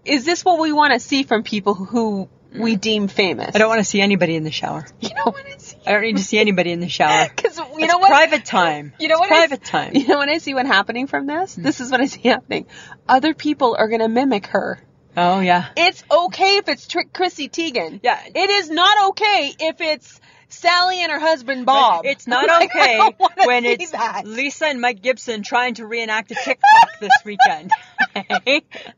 Speaker 1: Is this what we want to see from people who we deem famous?
Speaker 2: Mm. I don't want to see anybody in the shower.
Speaker 1: You don't want to see.
Speaker 2: I don't need to see anybody in the shower.
Speaker 1: Because you
Speaker 2: It's
Speaker 1: know what?
Speaker 2: private time.
Speaker 1: You know
Speaker 2: It's
Speaker 1: what? I-
Speaker 2: Private time. Mm.
Speaker 1: You know what I see what happening from this? This is what I see happening. Other people are going to mimic her.
Speaker 2: Oh yeah.
Speaker 1: It's okay if it's Tr- Chrissy Teigen.
Speaker 2: Yeah.
Speaker 1: It is not okay if it's Sally and her husband Bob.
Speaker 2: It's not
Speaker 1: Like, I
Speaker 2: okay
Speaker 1: don't wanna
Speaker 2: when
Speaker 1: see
Speaker 2: it's
Speaker 1: that.
Speaker 2: Lisa and Mike Gibson trying to reenact a TikTok this weekend.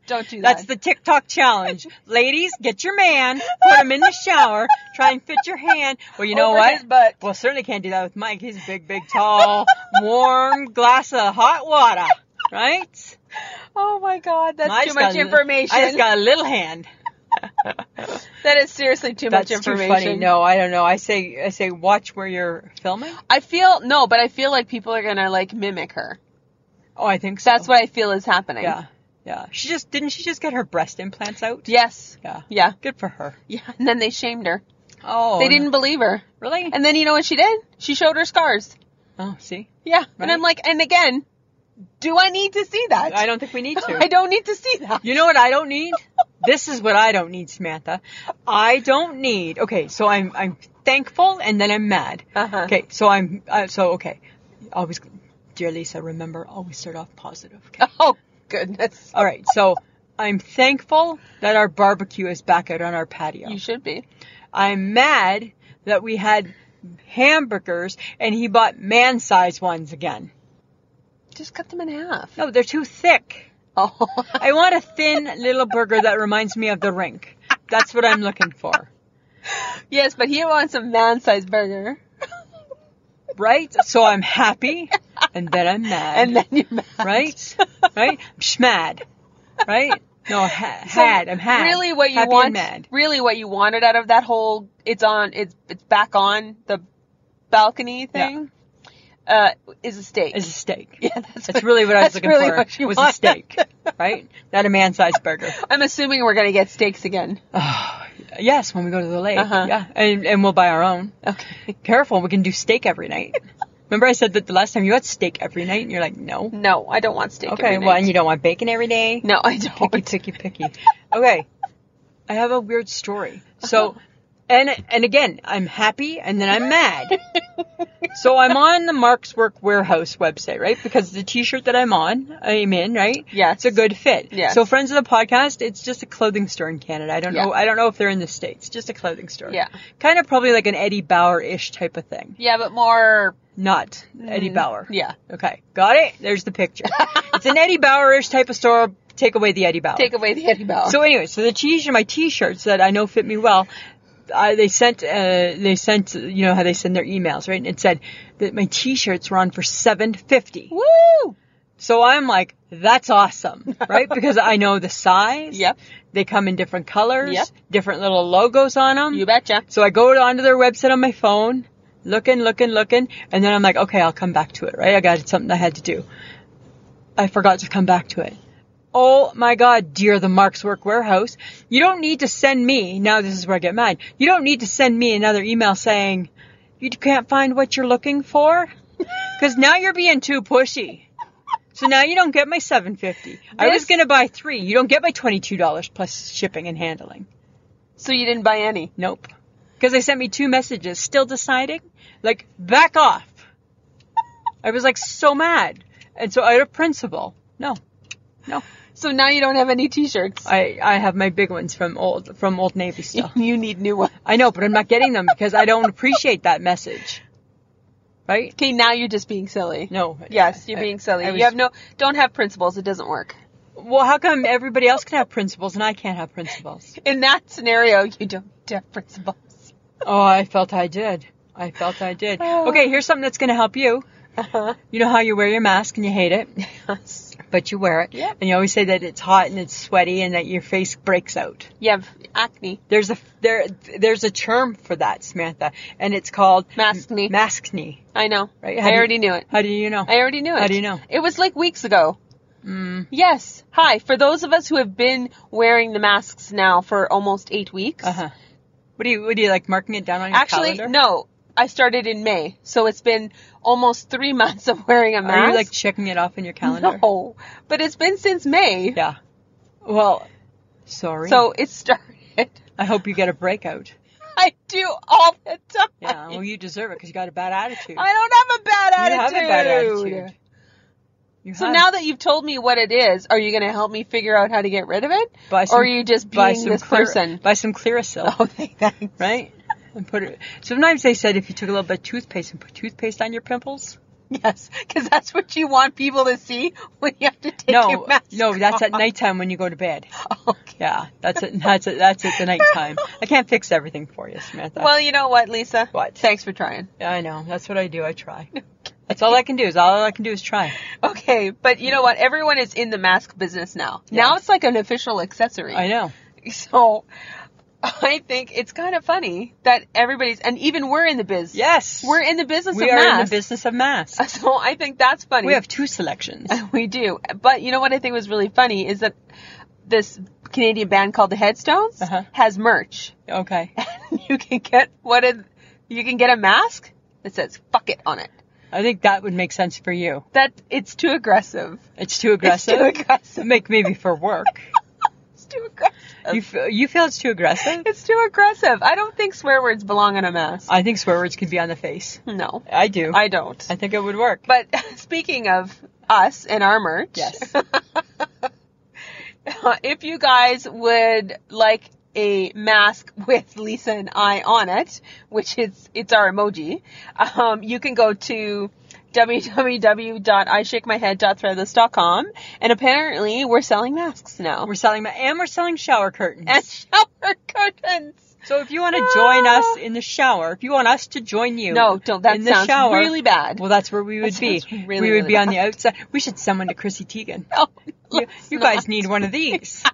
Speaker 1: Don't do
Speaker 2: That's
Speaker 1: that.
Speaker 2: the TikTok challenge. Ladies, get your man, put him in the shower, try and fit your hand. Well, you know
Speaker 1: Over
Speaker 2: what? Oh.
Speaker 1: his butt.
Speaker 2: Well, certainly can't do that with Mike. He's a big, big, tall, warm glass of hot water, right?
Speaker 1: Oh my god, that's
Speaker 2: Mine's
Speaker 1: too much
Speaker 2: got a-
Speaker 1: information.
Speaker 2: I just got a little hand.
Speaker 1: that is seriously too
Speaker 2: That's
Speaker 1: much
Speaker 2: too
Speaker 1: information.
Speaker 2: funny. No, I don't know. I say, I say, watch where you're filming.
Speaker 1: I feel no, but I feel like people are going to like mimic her.
Speaker 2: Oh, I think so.
Speaker 1: That's what I feel is happening.
Speaker 2: Yeah, yeah. She just didn't. She just get her breast implants out.
Speaker 1: Yes.
Speaker 2: Yeah.
Speaker 1: Yeah.
Speaker 2: Good for her.
Speaker 1: Yeah, and then they shamed her.
Speaker 2: Oh,
Speaker 1: they
Speaker 2: no.
Speaker 1: didn't believe her.
Speaker 2: really.
Speaker 1: And then you know what she did? She showed her scars.
Speaker 2: oh, see,
Speaker 1: Yeah.
Speaker 2: Right.
Speaker 1: And I'm like, and again, do I need to see that?
Speaker 2: I don't think we need to.
Speaker 1: I don't need to see that.
Speaker 2: You know what I don't need? this is what I don't need, Samantha. I don't need. Okay, so I'm I'm thankful and then I'm mad.
Speaker 1: Uh-huh.
Speaker 2: Okay, so I'm uh, so okay. Always, dear Lisa, remember always start off positive. Okay.
Speaker 1: Oh goodness.
Speaker 2: All right, so I'm thankful that our barbecue is back out on our patio.
Speaker 1: You should be.
Speaker 2: I'm mad that we had hamburgers and he bought man sized ones again.
Speaker 1: Just cut them in half.
Speaker 2: No, they're too thick.
Speaker 1: Oh.
Speaker 2: I want a thin little burger that reminds me of the rink. That's what I'm looking for.
Speaker 1: yes, but he wants a man-sized burger.
Speaker 2: Right? So I'm happy and then I'm mad.
Speaker 1: And then you're mad.
Speaker 2: right? Right? I'm schmad. Right? No, ha-
Speaker 1: So
Speaker 2: had. I'm had.
Speaker 1: Really what you
Speaker 2: Happy
Speaker 1: want
Speaker 2: And mad.
Speaker 1: really what you wanted out of that whole it's on it's it's back on the balcony thing uh is a steak.
Speaker 2: Is a steak.
Speaker 1: yeah, that's,
Speaker 2: That's really what I was
Speaker 1: that's
Speaker 2: looking
Speaker 1: really
Speaker 2: for.
Speaker 1: what you
Speaker 2: was a
Speaker 1: want.
Speaker 2: steak, right? Not a man-sized burger.
Speaker 1: I'm assuming we're going to get steaks again.
Speaker 2: Oh, yes, when we go to the lake,
Speaker 1: Uh-huh.
Speaker 2: yeah, and and we'll buy our own.
Speaker 1: Okay.
Speaker 2: Careful, we can do steak every night. Remember, I said that the last time you had steak every night, and you're like, no.
Speaker 1: No, I don't want steak.
Speaker 2: Okay,
Speaker 1: every
Speaker 2: well,
Speaker 1: night.
Speaker 2: and you don't want bacon every day.
Speaker 1: No, I don't.
Speaker 2: Picky, picky, picky. Okay, I have a weird story. So, and and again, I'm happy, and then I'm mad. so I'm on the Mark's Work Warehouse website, right? Because the T-shirt that I'm on, I'm in, right?
Speaker 1: Yes.
Speaker 2: it's a good fit.
Speaker 1: Yes.
Speaker 2: So friends of the podcast, it's just a clothing store in Canada. I don't
Speaker 1: Yeah.
Speaker 2: know. I don't know if they're in the states. Just a clothing store.
Speaker 1: Yeah.
Speaker 2: Kind of probably like an Eddie Bauer ish type of thing.
Speaker 1: Yeah, but more
Speaker 2: Not Eddie
Speaker 1: Mm,
Speaker 2: Bauer.
Speaker 1: Yeah.
Speaker 2: Okay. Got it. There's the picture. it's an Eddie Bauer ish type of store. Take away the Eddie Bauer.
Speaker 1: Take away the Eddie Bauer.
Speaker 2: So anyway, so the t-shirt, my t-shirts that I know fit me well, I, they sent, uh, they sent, you know how they send their emails, right? And it said that my t-shirts were on for seven fifty.
Speaker 1: woo.
Speaker 2: So I'm like, that's awesome, right? because I know the size.
Speaker 1: Yep.
Speaker 2: They come in different colors,
Speaker 1: Yep.
Speaker 2: different little logos on them.
Speaker 1: You betcha.
Speaker 2: So I go onto their website on my phone, looking, looking, looking, and then I'm like, okay, I'll come back to it, right? I got something I had to do. I forgot to come back to it. Oh my God, dear the Mark's Work Warehouse, you don't need to send me, now this is where I get mad, you don't need to send me another email saying, you can't find what you're looking for, because now you're being too pushy. So now you don't get my 750. I was
Speaker 1: This-
Speaker 2: going to buy three. You don't get my $22 plus shipping and handling.
Speaker 1: So you didn't buy any.
Speaker 2: Nope. Because they sent me two messages, still deciding, like, back off. I was like so mad. And so out of principle, no. No.
Speaker 1: So now you don't have any t-shirts.
Speaker 2: I, I have my big ones from old from old Navy still.
Speaker 1: you need new ones.
Speaker 2: I know, but I'm not getting them because I don't appreciate that message. Right?
Speaker 1: Okay, now you're just being silly.
Speaker 2: No.
Speaker 1: Yes, you're
Speaker 2: I-
Speaker 1: being silly.
Speaker 2: I was-
Speaker 1: you have no, don't have principles. It doesn't work.
Speaker 2: Well, how come everybody else can have principles and I can't have principles?
Speaker 1: In that scenario, you don't have principles.
Speaker 2: Oh, I felt I did. I felt I did. Okay, here's something that's going to help you.
Speaker 1: Uh-huh.
Speaker 2: You know how you wear your mask and you hate it? but you wear it.
Speaker 1: Yep.
Speaker 2: And you always say that it's hot and it's sweaty and that your face breaks out.
Speaker 1: You have acne.
Speaker 2: There's a there there's a term for that, Samantha, and it's called
Speaker 1: Maskne.
Speaker 2: Maskne.
Speaker 1: I know.
Speaker 2: Right? How
Speaker 1: I
Speaker 2: do you-
Speaker 1: already knew it.
Speaker 2: How do you know?
Speaker 1: I already knew it.
Speaker 2: How do you know?
Speaker 1: It was like weeks ago.
Speaker 2: Mm,
Speaker 1: Yes. Hi. For those of us who have been wearing the masks now for almost eight weeks.
Speaker 2: uh huh. What do you what do you like marking it down on your
Speaker 1: Actually,
Speaker 2: calendar?
Speaker 1: no. I started in May, so it's been almost three months of wearing a mask.
Speaker 2: Are you like checking it off in your calendar?
Speaker 1: No, but it's been since May.
Speaker 2: Yeah. Well, sorry.
Speaker 1: So it started.
Speaker 2: I hope you get a breakout.
Speaker 1: I do all the time.
Speaker 2: Yeah. Well, you deserve it because you got a bad attitude.
Speaker 1: I don't have a bad
Speaker 2: you
Speaker 1: attitude.
Speaker 2: have a bad attitude. You
Speaker 1: So
Speaker 2: have.
Speaker 1: now that you've told me what it is, are you going to help me figure out how to get rid of it?
Speaker 2: buy
Speaker 1: or are you just
Speaker 2: buy
Speaker 1: being
Speaker 2: some
Speaker 1: this
Speaker 2: clear-
Speaker 1: person?
Speaker 2: Buy some Clearasil.
Speaker 1: Oh, thank- thanks.
Speaker 2: right? And put it. Sometimes they said if you took a little bit of toothpaste and put toothpaste on your pimples.
Speaker 1: Yes, because that's what you want people to see when you have to take
Speaker 2: No,
Speaker 1: your mask
Speaker 2: no, that's at
Speaker 1: off.
Speaker 2: nighttime when you go to bed.
Speaker 1: Okay.
Speaker 2: Yeah, that's it. That's it. That's at the nighttime. I can't fix everything for you, Samantha.
Speaker 1: Well, you know what, Lisa?
Speaker 2: What?
Speaker 1: Thanks for trying.
Speaker 2: I know. That's what I do. I try. That's all I can do. Is all I can do is try.
Speaker 1: Okay, but you know what? Everyone is in the mask business now. Now
Speaker 2: Yes.
Speaker 1: it's like an official accessory.
Speaker 2: I know.
Speaker 1: So I think it's kind of funny that everybody's, and even we're in the biz.
Speaker 2: Yes,
Speaker 1: We're in the business
Speaker 2: we
Speaker 1: of
Speaker 2: are
Speaker 1: masks.
Speaker 2: in the business of masks.
Speaker 1: So I think that's funny.
Speaker 2: We have two selections.
Speaker 1: We do. But you know what I think was really funny is that this Canadian band called the Headstones
Speaker 2: Uh-huh.
Speaker 1: has merch.
Speaker 2: Okay,
Speaker 1: you can get what a, you can get a mask that says fuck it on it.
Speaker 2: I think that would make sense for you.
Speaker 1: That it's too aggressive.
Speaker 2: It's too aggressive.
Speaker 1: It's too aggressive.
Speaker 2: Make maybe for work.
Speaker 1: It's too aggressive.
Speaker 2: You f- you feel it's too aggressive?
Speaker 1: it's too aggressive. I don't think swear words belong on a mask.
Speaker 2: I think swear words could be on the face.
Speaker 1: no,
Speaker 2: I do.
Speaker 1: I don't.
Speaker 2: I think it would work.
Speaker 1: But speaking of us and our merch,
Speaker 2: Yes.
Speaker 1: if you guys would like a mask with Lisa and I on it, which is it's our emoji. Um, you can go to www.ishakemyhead.threadless.com and apparently we're selling masks now
Speaker 2: We're selling ma- and we're selling shower curtains.
Speaker 1: and shower curtains.
Speaker 2: so if you want to join us in the shower, if you want us to join you,
Speaker 1: No, don't. That
Speaker 2: in the
Speaker 1: sounds
Speaker 2: shower,
Speaker 1: really bad.
Speaker 2: Well, that's where we would
Speaker 1: That
Speaker 2: be.
Speaker 1: sounds really,
Speaker 2: we would
Speaker 1: really
Speaker 2: be on the outside. We should summon to Chrissy Teigen.
Speaker 1: No,
Speaker 2: You,
Speaker 1: let's
Speaker 2: you
Speaker 1: not.
Speaker 2: guys need one of these.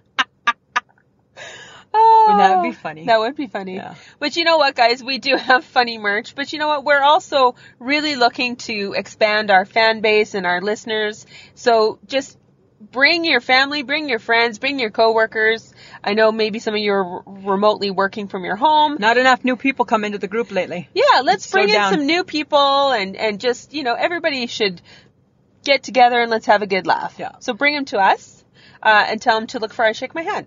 Speaker 1: Oh,
Speaker 2: Wouldn't that be funny?
Speaker 1: That would be funny.
Speaker 2: Yeah.
Speaker 1: But you know what, guys? We do have funny merch. But you know what? We're also really looking to expand our fan base and our listeners. So just bring your family, bring your friends, bring your coworkers. I know maybe some of you are r- remotely working from your home.
Speaker 2: Not enough new people come into the group lately.
Speaker 1: Yeah, let's
Speaker 2: So
Speaker 1: bring in
Speaker 2: down.
Speaker 1: some new people and and just you know everybody should get together and let's have a good laugh.
Speaker 2: Yeah.
Speaker 1: So bring them to us uh, and tell them to look for I shake my head.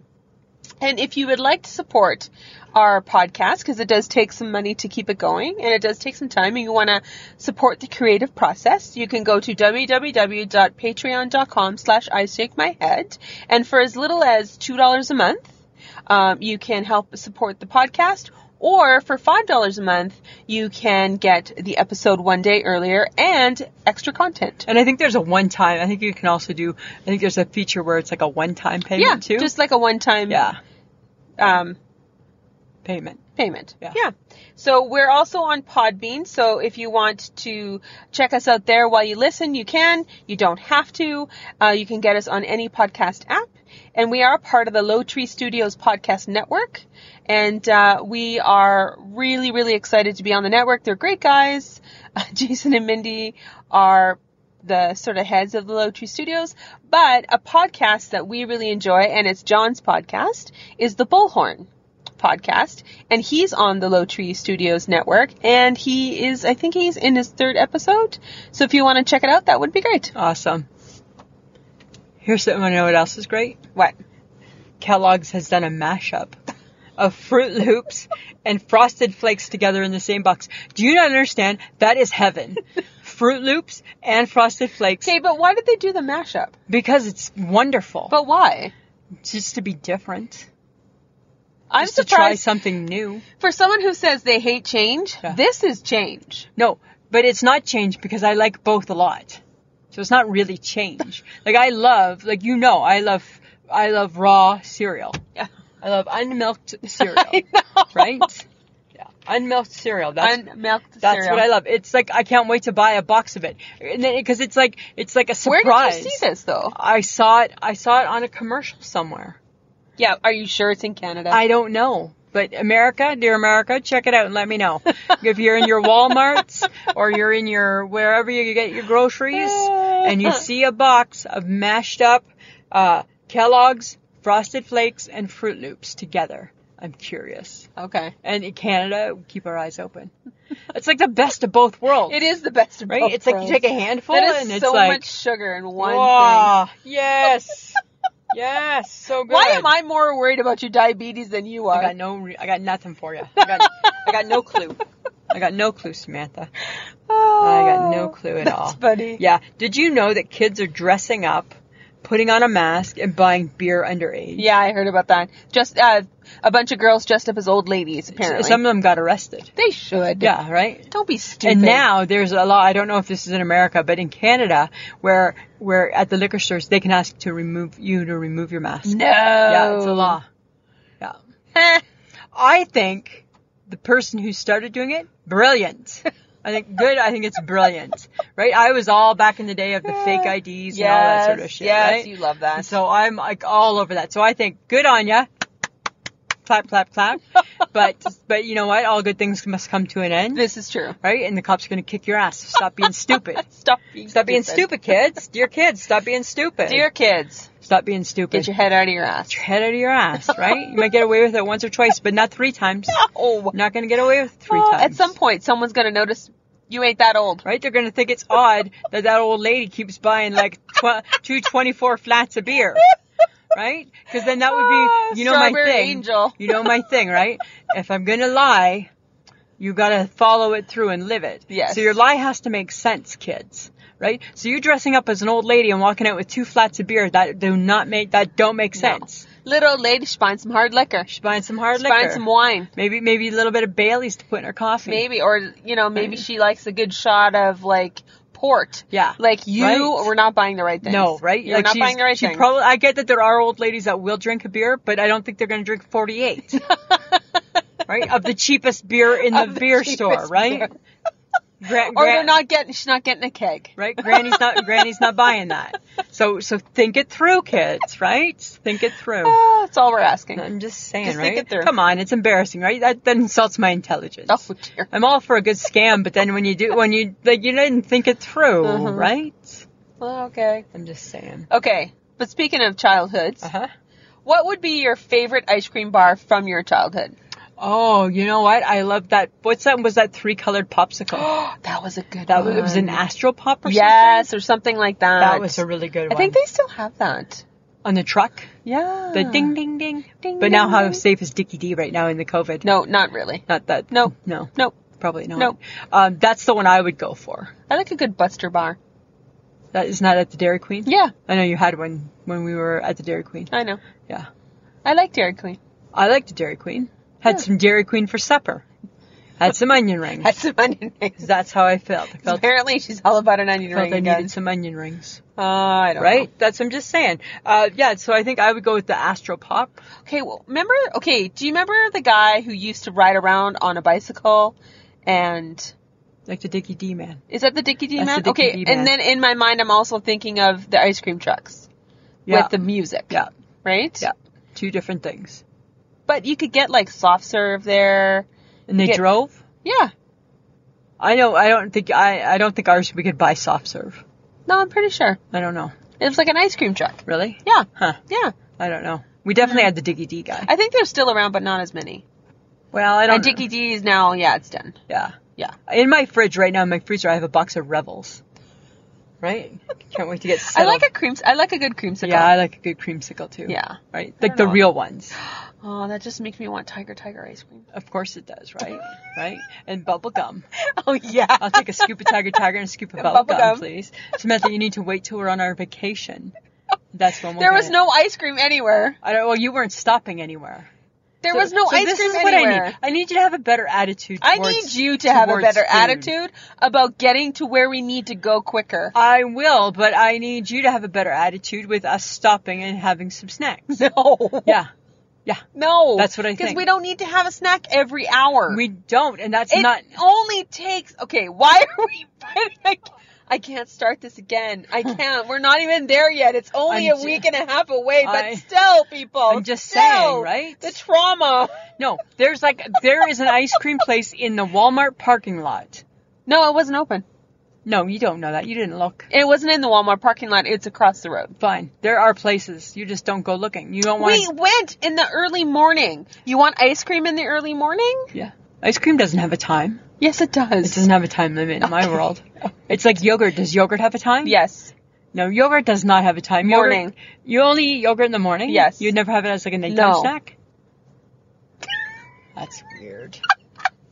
Speaker 1: And if you would like to support our podcast, because it does take some money to keep it going and it does take some time, and you want to support the creative process, you can go to www.patreon.com slash I shake my head. And for as little as $2 a month, um, you can help support the podcast. Or for $5 a month, you can get the episode one day earlier and extra content.
Speaker 2: And I think there's a one time. I think you can also do. I think there's a feature where it's like a one time payment
Speaker 1: Yeah,
Speaker 2: too.
Speaker 1: just like a one-time
Speaker 2: yeah,
Speaker 1: um,
Speaker 2: payment.
Speaker 1: payment.
Speaker 2: Yeah.
Speaker 1: So we're also on Podbean. So if you want to check us out there while you listen, you can. You don't have to. Uh, you can get us on any podcast app. And we are part of the Low Tree Studios podcast network. And uh, we are really, really excited to be on the network. They're great guys. Uh, Jason and Mindy are the sort of heads of the Low Tree Studios, but a podcast that we really enjoy, and it's John's podcast, is the Bullhorn podcast, and he's on the Low Tree Studios network, and he is, I think he's in his third episode. So if you want to check it out, that would be great.
Speaker 2: Awesome. Here's something. I know what else is great.
Speaker 1: What?
Speaker 2: Kellogg's has done a mashup of Fruit Loops and Frosted Flakes together in the same box. Do you not understand? That is heaven. Fruit Loops and Frosted Flakes
Speaker 1: Okay, but why did they do the mashup?
Speaker 2: because it's wonderful.
Speaker 1: But why?
Speaker 2: just to be different,
Speaker 1: I'm
Speaker 2: just to try
Speaker 1: surprised
Speaker 2: something new.
Speaker 1: for someone who says they hate change.
Speaker 2: Yeah.
Speaker 1: This is change.
Speaker 2: No, but it's not change because I like both a lot. So it's not really change. Like I love, like you know, I love, I love raw cereal.
Speaker 1: Yeah.
Speaker 2: I love unmilked cereal,
Speaker 1: I know.
Speaker 2: right? Yeah, unmilked cereal. That's
Speaker 1: Unmilked
Speaker 2: That's
Speaker 1: cereal.
Speaker 2: what I love. It's like I can't wait to buy a box of it, because it's like it's like a
Speaker 1: Where
Speaker 2: surprise.
Speaker 1: did you see this though?
Speaker 2: I saw it. I saw it on a commercial somewhere.
Speaker 1: Yeah, are you sure it's in Canada?
Speaker 2: I don't know, but America, dear America, check it out and let me know if you're in your WalMarts or you're in your wherever you get your groceries and you see a box of mashed up uh, Kellogg's Frosted Flakes and Fruit Loops together. I'm curious.
Speaker 1: okay.
Speaker 2: And in Canada, keep our eyes open. It's like the best of both worlds.
Speaker 1: It is the best of
Speaker 2: Right?
Speaker 1: both
Speaker 2: it's like you
Speaker 1: worlds.
Speaker 2: take a handful
Speaker 1: That is
Speaker 2: and it's
Speaker 1: so
Speaker 2: like
Speaker 1: much sugar in one thing.
Speaker 2: "Whoa, Yes. yes. So good.
Speaker 1: Why am I more worried about your diabetes than you
Speaker 2: I
Speaker 1: are?
Speaker 2: got no re- I got nothing for you. I got I got no clue. I got no clue, Samantha. I got no clue at
Speaker 1: Oh. That's
Speaker 2: all.
Speaker 1: funny.
Speaker 2: Yeah. Did you know that kids are dressing up, putting on a mask and buying beer underage?
Speaker 1: Yeah, I heard about that. Just uh, a bunch of girls dressed up as old ladies, apparently.
Speaker 2: S- Some of them got arrested.
Speaker 1: they should.
Speaker 2: Yeah, right?
Speaker 1: Don't be stupid.
Speaker 2: And now there's a law. I don't know if this is in America, but in Canada, where where at the liquor stores they can ask to remove you to remove your mask.
Speaker 1: No.
Speaker 2: Yeah, it's a law. Oh. Yeah. I think the person who started doing it, brilliant. I think good. I think it's brilliant, right? I was all back in the day of the fake IDs and all that sort of shit,
Speaker 1: Yes,
Speaker 2: right?
Speaker 1: you love that.
Speaker 2: And so I'm like all over that. So I think good on ya. Clap, clap, clap. but but you know what? All good things must come to an end,
Speaker 1: this is true.
Speaker 2: right? And the cops are gonna kick your ass. Stop being stupid.
Speaker 1: Stop being
Speaker 2: Stop being stupid, kids. Dear kids, stop being stupid.
Speaker 1: Dear kids,
Speaker 2: stop being stupid.
Speaker 1: get your head out of your ass.
Speaker 2: your head out of your ass, right? you might get away with it once or twice, but not three times.
Speaker 1: Oh.
Speaker 2: You're not going to get away with it three
Speaker 1: Oh,
Speaker 2: times.
Speaker 1: At some point, someone's going to notice you ain't that old.
Speaker 2: right? They're going to think it's odd that that old lady keeps buying like tw- two 24 flats of beer, right? Because then that would be, you know, my
Speaker 1: Ah, Strawberry
Speaker 2: thing.
Speaker 1: angel.
Speaker 2: You know my thing, right? If I'm going to lie, You gotta follow it through and live it.
Speaker 1: Yes.
Speaker 2: So your lie has to make sense, kids. Right? So you dressing up as an old lady and walking out with two flats of beer that do not make that don't make sense.
Speaker 1: Little old lady, she find some hard liquor. She
Speaker 2: She's buying some hard liquor.
Speaker 1: find some wine.
Speaker 2: Maybe maybe a little bit of Bailey's to put in her coffee.
Speaker 1: Maybe, or, you know, maybe she likes a good shot of, like, port.
Speaker 2: Yeah.
Speaker 1: Like, you
Speaker 2: Right.
Speaker 1: were not buying the right things.
Speaker 2: No, right?
Speaker 1: You're not
Speaker 2: she's-
Speaker 1: buying the right
Speaker 2: she
Speaker 1: things.
Speaker 2: Probably, I get that there are old ladies that will drink a beer, but I don't think they're going to drink 48. right? Of the cheapest beer in the,
Speaker 1: Of the
Speaker 2: beer store,
Speaker 1: cheapest
Speaker 2: right?
Speaker 1: beer.
Speaker 2: Gra-
Speaker 1: or
Speaker 2: gra-
Speaker 1: they're not getting, she's not getting a keg.
Speaker 2: right? Granny's not Granny's not buying that. So so think it through, kids, right? Think it through.
Speaker 1: Ah, that's all we're asking.
Speaker 2: I'm just saying,
Speaker 1: Just
Speaker 2: right?
Speaker 1: think it through.
Speaker 2: Come on, it's embarrassing, right? That, that insults my intelligence.
Speaker 1: Oh, dear.
Speaker 2: I'm all for a good scam, but then when you do when you like you didn't think it through,
Speaker 1: Uh-huh.
Speaker 2: right?
Speaker 1: Okay.
Speaker 2: I'm just saying.
Speaker 1: Okay. But speaking of childhoods,
Speaker 2: Uh-huh.
Speaker 1: what would be your favorite ice cream bar from your childhood?
Speaker 2: Oh, you know what? I love that. What's that? Was that three colored popsicle?
Speaker 1: that was a good
Speaker 2: That was, it was an
Speaker 1: one.
Speaker 2: Astro Pop or
Speaker 1: Yes,
Speaker 2: something?
Speaker 1: or something like that.
Speaker 2: That was a really good one.
Speaker 1: I think they still have that.
Speaker 2: on the truck.
Speaker 1: Yeah.
Speaker 2: The ding ding ding.
Speaker 1: Ding,
Speaker 2: But now
Speaker 1: ding,
Speaker 2: how
Speaker 1: ding.
Speaker 2: safe is Dickie D right now in the COVID?
Speaker 1: No, not really.
Speaker 2: Not that.
Speaker 1: No.
Speaker 2: No.
Speaker 1: Nope.
Speaker 2: Probably not.
Speaker 1: No.
Speaker 2: Um, that's the one I would go for.
Speaker 1: I like a good Buster bar.
Speaker 2: That is not at the Dairy Queen.
Speaker 1: Yeah,
Speaker 2: I know you had one when we were at the Dairy Queen.
Speaker 1: I know.
Speaker 2: Yeah.
Speaker 1: I like Dairy Queen.
Speaker 2: I liked the Dairy Queen. Had
Speaker 1: Yeah.
Speaker 2: some Dairy Queen for supper. Had some onion rings.
Speaker 1: That's some onion rings.
Speaker 2: That's how I felt. I felt,
Speaker 1: Apparently, she's all about an onion
Speaker 2: felt
Speaker 1: ring.
Speaker 2: I
Speaker 1: you guys.
Speaker 2: needed some onion rings.
Speaker 1: Uh, I don't
Speaker 2: right? That's I'm just saying. Uh, yeah, so I think I would go with the Astro Pop.
Speaker 1: know. Okay, well, remember? Okay, do you remember the guy who used to ride around on a bicycle? And
Speaker 2: like the Dickie D man.
Speaker 1: is that the Dickie D
Speaker 2: That's
Speaker 1: man?
Speaker 2: the Dickie
Speaker 1: okay,
Speaker 2: D man.
Speaker 1: and then in my mind, I'm also thinking of the ice cream trucks
Speaker 2: Yeah,
Speaker 1: with the music.
Speaker 2: yeah,
Speaker 1: Right.
Speaker 2: Yeah. two different things.
Speaker 1: But you could get like soft serve there.
Speaker 2: And they
Speaker 1: Get-
Speaker 2: drove.
Speaker 1: Yeah.
Speaker 2: I know. I don't think I. I don't think ours we could buy soft serve.
Speaker 1: No, I'm pretty sure
Speaker 2: I don't know.
Speaker 1: it was like an ice cream truck.
Speaker 2: Really?
Speaker 1: Yeah.
Speaker 2: Huh.
Speaker 1: Yeah.
Speaker 2: I don't know. We definitely
Speaker 1: Hmm.
Speaker 2: had the Diggy D guy.
Speaker 1: I think they're still around, but not as many.
Speaker 2: well, I
Speaker 1: And
Speaker 2: don't.
Speaker 1: Dickie D is now, yeah, it's done.
Speaker 2: Yeah.
Speaker 1: Yeah.
Speaker 2: In my fridge right now, in my freezer, I have a box of Rebels. Right. Can't wait to get.
Speaker 1: I
Speaker 2: Settled.
Speaker 1: like a cream. I like a good creamsicle.
Speaker 2: Yeah, I like a good creamsicle too.
Speaker 1: Yeah.
Speaker 2: Right.
Speaker 1: I
Speaker 2: Like the
Speaker 1: don't know.
Speaker 2: real ones.
Speaker 1: Oh, that just makes me want Tiger Tiger ice cream.
Speaker 2: Of course it does. Right. right. And bubble gum.
Speaker 1: Oh yeah.
Speaker 2: I'll take a scoop of Tiger Tiger and a scoop of
Speaker 1: And
Speaker 2: bubble
Speaker 1: bubble
Speaker 2: gum,
Speaker 1: gum.
Speaker 2: please. Samantha, you need to wait till we're on our vacation. That's when we'll
Speaker 1: There
Speaker 2: get
Speaker 1: was
Speaker 2: it.
Speaker 1: no ice cream anywhere.
Speaker 2: I don't. Well, you weren't stopping anywhere.
Speaker 1: There
Speaker 2: So-
Speaker 1: was no
Speaker 2: so
Speaker 1: ice
Speaker 2: this
Speaker 1: cream
Speaker 2: is what I need.
Speaker 1: anywhere.
Speaker 2: I need you to have a better attitude.
Speaker 1: I
Speaker 2: towards-
Speaker 1: need you to have a
Speaker 2: towards
Speaker 1: better
Speaker 2: food.
Speaker 1: attitude about getting to where we need to go quicker.
Speaker 2: I will, but I need you to have a better attitude with us stopping and having some snacks.
Speaker 1: No.
Speaker 2: yeah,
Speaker 1: No.
Speaker 2: That's what I
Speaker 1: Because
Speaker 2: think.
Speaker 1: we don't need to have a snack every hour.
Speaker 2: we don't, and that's
Speaker 1: It
Speaker 2: not.
Speaker 1: only takes. Okay, why are we fighting? I, I can't start this again. I can't. We're not even there yet. It's only
Speaker 2: I'm
Speaker 1: a
Speaker 2: ju-
Speaker 1: week and a half away. But
Speaker 2: I-
Speaker 1: still, people.
Speaker 2: I'm just
Speaker 1: still,
Speaker 2: saying, right?
Speaker 1: The trauma.
Speaker 2: No, there's like there is an ice cream place in the Walmart parking lot.
Speaker 1: No, it wasn't open.
Speaker 2: No, you don't know that. You didn't look.
Speaker 1: It wasn't in the Walmart parking lot. It's across the road.
Speaker 2: Fine. There are places. You just don't go looking. You don't want.
Speaker 1: We went in the early morning. You want ice cream in the early morning?
Speaker 2: Yeah. Ice cream doesn't have a time.
Speaker 1: Yes, it does.
Speaker 2: It doesn't have a time limit in my
Speaker 1: Okay.
Speaker 2: world. It's like yogurt. Does yogurt have a time?
Speaker 1: Yes.
Speaker 2: No, yogurt does not have a time. Yogurt-
Speaker 1: Morning.
Speaker 2: you only eat yogurt in the morning?
Speaker 1: Yes.
Speaker 2: You'd never have it as like a nighttime
Speaker 1: No.
Speaker 2: snack? That's weird.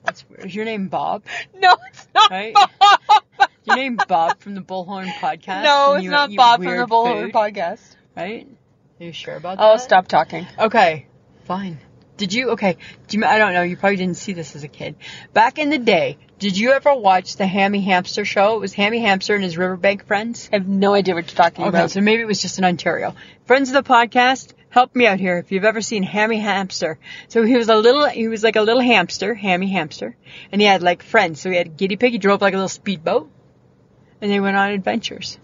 Speaker 2: That's weird. Is your name Bob?
Speaker 1: No, it's not
Speaker 2: Right?
Speaker 1: Bob.
Speaker 2: Your name Bob from the Bullhorn podcast?
Speaker 1: No,
Speaker 2: And
Speaker 1: it's
Speaker 2: you-
Speaker 1: not
Speaker 2: you
Speaker 1: Bob from the
Speaker 2: weird
Speaker 1: Bullhorn
Speaker 2: food,
Speaker 1: podcast.
Speaker 2: Right? Are you sure about that?
Speaker 1: Oh, stop talking.
Speaker 2: Okay, fine. Did you? Okay, do you, I don't know. You probably didn't see this as a kid. Back in the day, did you ever watch the Hammy Hamster show? It was Hammy Hamster and his riverbank friends.
Speaker 1: I have no idea what you're talking
Speaker 2: Okay,
Speaker 1: about.
Speaker 2: so maybe it was just in Ontario. Friends of the podcast, help me out here if you've ever seen Hammy Hamster. So he was a little, he was like a little hamster, Hammy Hamster, and he had like friends. So he had Giddy Pig. He drove like a little speedboat, and they went on adventures.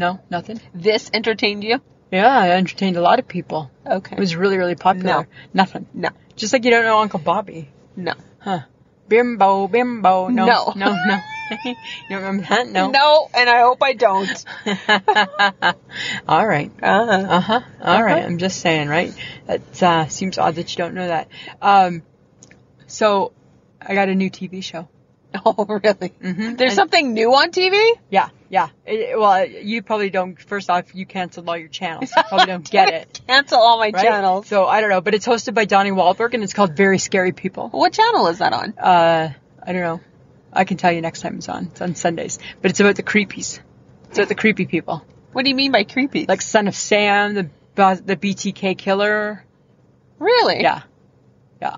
Speaker 2: No, nothing.
Speaker 1: This entertained you?
Speaker 2: Yeah, I entertained a lot of people.
Speaker 1: Okay.
Speaker 2: It was really, really popular.
Speaker 1: No.
Speaker 2: Nothing.
Speaker 1: No.
Speaker 2: Just like you don't know Uncle Bobby.
Speaker 1: No.
Speaker 2: Bimbo, bimbo. No.
Speaker 1: No.
Speaker 2: No, no. you don't remember that? No.
Speaker 1: and I hope I don't.
Speaker 2: All right.
Speaker 1: Uh-huh.
Speaker 2: Uh huh. All right.
Speaker 1: Okay.
Speaker 2: I'm just saying, right? That uh, seems odd that you don't know that. Um, so I got a new TV show.
Speaker 1: Oh, really?
Speaker 2: Mhm.
Speaker 1: There's
Speaker 2: And-
Speaker 1: something new on TV?
Speaker 2: Yeah, yeah. It- well, you probably don't. First off, you canceled all your channels. You probably don't get it.
Speaker 1: Cancel all my
Speaker 2: Right?
Speaker 1: channels.
Speaker 2: So I don't know, but it's hosted by Donnie Wahlberg and it's called Very Scary People.
Speaker 1: what channel is that on?
Speaker 2: Uh, I don't know. I can tell you next time it's on. It's on Sundays, but it's about the creepies. It's about the creepy people,
Speaker 1: What do you mean by creepy?
Speaker 2: like Son of Sam, the Bos- the BTK killer.
Speaker 1: really?
Speaker 2: Yeah, yeah.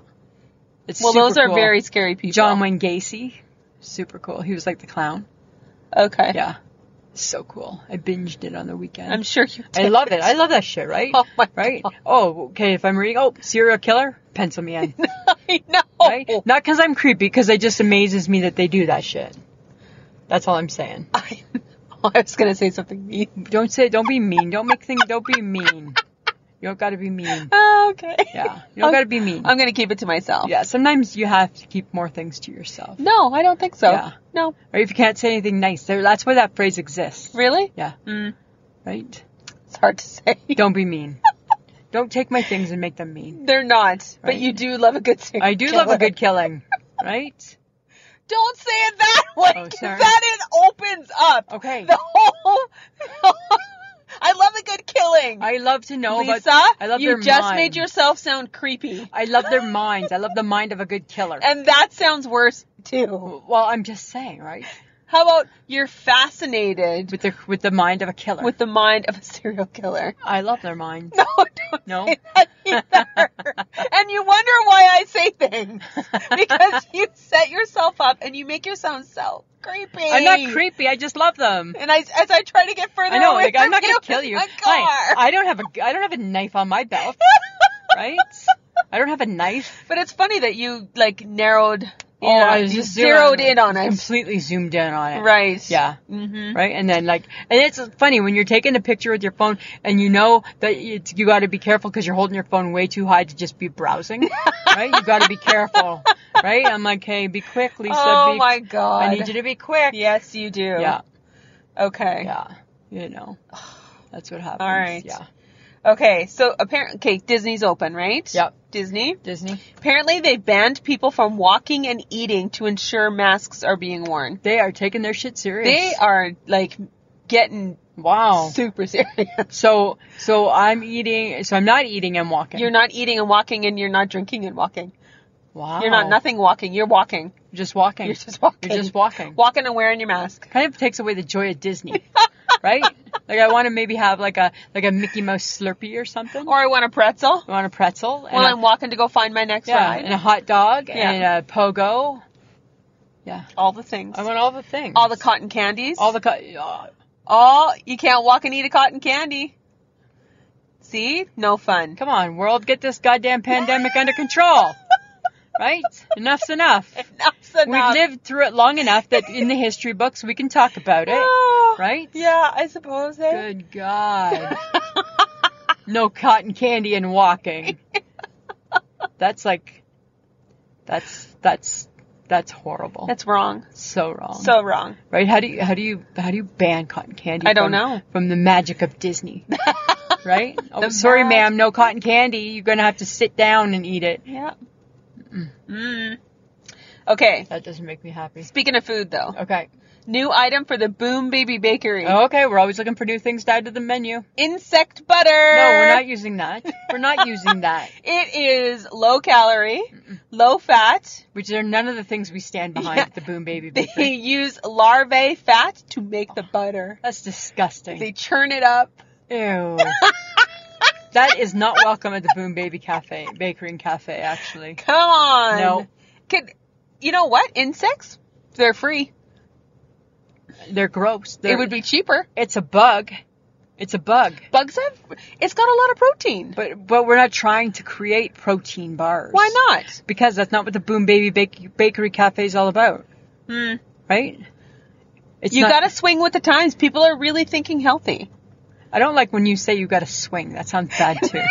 Speaker 2: It's
Speaker 1: Well,
Speaker 2: super
Speaker 1: those are
Speaker 2: cool.
Speaker 1: very scary people.
Speaker 2: John Wayne Gacy, super cool. He was like the clown.
Speaker 1: Okay.
Speaker 2: Yeah, so cool. I binged it on the weekend.
Speaker 1: I'm sure you.
Speaker 2: I
Speaker 1: did.
Speaker 2: love it. I love that shit, right?
Speaker 1: Oh my
Speaker 2: right?
Speaker 1: God.
Speaker 2: Oh, okay. If I'm reading, oh, serial killer, pencil me in.
Speaker 1: I know.
Speaker 2: Right?
Speaker 1: oh.
Speaker 2: Not because I'm creepy, because it just amazes me that they do that shit. That's all I'm saying.
Speaker 1: I, I was gonna say something mean.
Speaker 2: Don't say, don't be mean. Don't make things, don't be mean. You don't gotta be mean.
Speaker 1: Oh, okay.
Speaker 2: Yeah. You don't
Speaker 1: I'm-
Speaker 2: gotta be mean.
Speaker 1: I'm gonna keep it to myself.
Speaker 2: Yeah, sometimes you have to keep more things to yourself.
Speaker 1: No, I don't think so.
Speaker 2: Yeah.
Speaker 1: No,
Speaker 2: Or if you can't say anything nice, there, that's why that phrase exists.
Speaker 1: really?
Speaker 2: Yeah,
Speaker 1: Mm,
Speaker 2: right?
Speaker 1: it's hard to say.
Speaker 2: Don't be mean. Don't take my things and make them mean.
Speaker 1: They're not, but
Speaker 2: Right.
Speaker 1: you do love a good serial
Speaker 2: I do love
Speaker 1: killer.
Speaker 2: a good killing, right?
Speaker 1: Don't say it that way.
Speaker 2: Oh,
Speaker 1: 'cause
Speaker 2: sorry.
Speaker 1: that it opens up.
Speaker 2: Okay.
Speaker 1: The whole. I love a good killing.
Speaker 2: I love to know
Speaker 1: Lisa,
Speaker 2: about. I love
Speaker 1: you
Speaker 2: their
Speaker 1: just
Speaker 2: mind.
Speaker 1: made yourself sound creepy,
Speaker 2: I love their minds. I love the mind of a good killer.
Speaker 1: and that sounds worse too.
Speaker 2: well, I'm just saying, right?
Speaker 1: How about you're fascinated
Speaker 2: With the with the mind of a killer.
Speaker 1: with the mind of a serial killer?
Speaker 2: I love their mind.
Speaker 1: No, don't
Speaker 2: No.
Speaker 1: say that either. and you wonder why I say things because you set yourself up and you make yourself so creepy.
Speaker 2: I'm not creepy. I just love them.
Speaker 1: And I, as I try to get further
Speaker 2: I know.
Speaker 1: away
Speaker 2: Like I'm
Speaker 1: from
Speaker 2: not
Speaker 1: you,
Speaker 2: gonna kill you.
Speaker 1: A
Speaker 2: Hi,
Speaker 1: car.
Speaker 2: I don't have a I don't have a knife on my belt, right? I don't have a knife.
Speaker 1: But it's funny that you like narrowed.
Speaker 2: Oh,
Speaker 1: in on-
Speaker 2: I was
Speaker 1: you
Speaker 2: just
Speaker 1: zeroed
Speaker 2: zeroed
Speaker 1: in on it.
Speaker 2: Completely zoomed in on it.
Speaker 1: Right.
Speaker 2: Yeah.
Speaker 1: Mm-hmm.
Speaker 2: right? And then like, and it's funny when you're taking a picture with your phone and you know that it's, you got to be careful because you're holding your phone way too high to just be browsing, right? You got to be careful, right? I'm like, hey, be quick, Lisa.
Speaker 1: oh
Speaker 2: be,
Speaker 1: my god.
Speaker 2: I need you to be quick.
Speaker 1: Yes, you do.
Speaker 2: Yeah,
Speaker 1: Okay.
Speaker 2: yeah. You know, that's what happens.
Speaker 1: right.
Speaker 2: Yeah.
Speaker 1: Okay. So apparently, okay, Disney's open, right?
Speaker 2: Yep.
Speaker 1: Disney.
Speaker 2: Disney.
Speaker 1: Apparently, they banned people from walking and eating to ensure masks are being worn.
Speaker 2: They are taking their shit serious.
Speaker 1: They are like getting
Speaker 2: Wow.
Speaker 1: super serious.
Speaker 2: So, so I'm eating. So I'm not eating. I'm walking.
Speaker 1: You're not eating and walking, and you're not drinking and walking.
Speaker 2: Wow.
Speaker 1: You're not nothing walking. You're walking.
Speaker 2: Just walking.
Speaker 1: You're just walking.
Speaker 2: Oh. You're just walking.
Speaker 1: walking and wearing your mask.
Speaker 2: kind of takes away the joy of Disney, right? Like I want to maybe have like a like a Mickey Mouse Slurpee or something.
Speaker 1: Or I want a pretzel
Speaker 2: I want a pretzel and
Speaker 1: while
Speaker 2: a,
Speaker 1: I'm walking to go find my next
Speaker 2: yeah,
Speaker 1: ride.
Speaker 2: and a hot dog
Speaker 1: Yeah.
Speaker 2: and a pogo. Yeah,
Speaker 1: all the things.
Speaker 2: I want all the things.
Speaker 1: all the cotton candies.
Speaker 2: all the co- oh,
Speaker 1: Oh, you can't walk and eat a cotton candy. See? No fun.
Speaker 2: come on, world, get this goddamn pandemic under control, right? Enough's enough.
Speaker 1: Enough's enough.
Speaker 2: We've lived through it long enough that in the history books we can talk about it,
Speaker 1: Oh,
Speaker 2: right?
Speaker 1: Yeah, I suppose. Eh?
Speaker 2: Good God. no cotton candy and walking. That's like, that's that's that's horrible.
Speaker 1: That's wrong.
Speaker 2: so wrong.
Speaker 1: So wrong.
Speaker 2: right? How do you how do you how do you ban cotton candy?
Speaker 1: I don't
Speaker 2: from,
Speaker 1: know.
Speaker 2: From the magic of Disney, right? Oh,
Speaker 1: The
Speaker 2: sorry,
Speaker 1: mag-
Speaker 2: ma'am. No cotton candy. You're gonna have to sit down and eat it.
Speaker 1: Yeah.
Speaker 2: Mm.
Speaker 1: Mm. Okay.
Speaker 2: That doesn't make me happy.
Speaker 1: Speaking of food, though,
Speaker 2: Okay.
Speaker 1: new item for the Boom Baby Bakery:
Speaker 2: Okay. We're always looking for new things to add to the menu.
Speaker 1: insect butter.
Speaker 2: No, we're not using that. We're not using that.
Speaker 1: It is low calorie,
Speaker 2: Mm-mm.
Speaker 1: low fat.
Speaker 2: Which are none of the things we stand behind
Speaker 1: Yeah.
Speaker 2: at the Boom Baby
Speaker 1: They
Speaker 2: Bakery.
Speaker 1: use larvae fat to make the butter.
Speaker 2: That's disgusting.
Speaker 1: They churn it up.
Speaker 2: Ew. that is not welcome at the Boom Baby Cafe, Bakery and Cafe, actually.
Speaker 1: Come on.
Speaker 2: No.
Speaker 1: Could you know what? Insects? They're free.
Speaker 2: They're gross. They're,
Speaker 1: it would be cheaper.
Speaker 2: It's a bug. It's a bug.
Speaker 1: Bugs have it's got a lot of protein.
Speaker 2: But but we're not trying to create protein bars.
Speaker 1: Why not?
Speaker 2: Because that's not what the Boom Baby Bake- Bakery Cafe is all about,
Speaker 1: Hmm.
Speaker 2: right? It's
Speaker 1: You
Speaker 2: not-
Speaker 1: gotta swing with the times. People are really thinking healthy.
Speaker 2: I don't like when you say you got to swing. That sounds bad too. you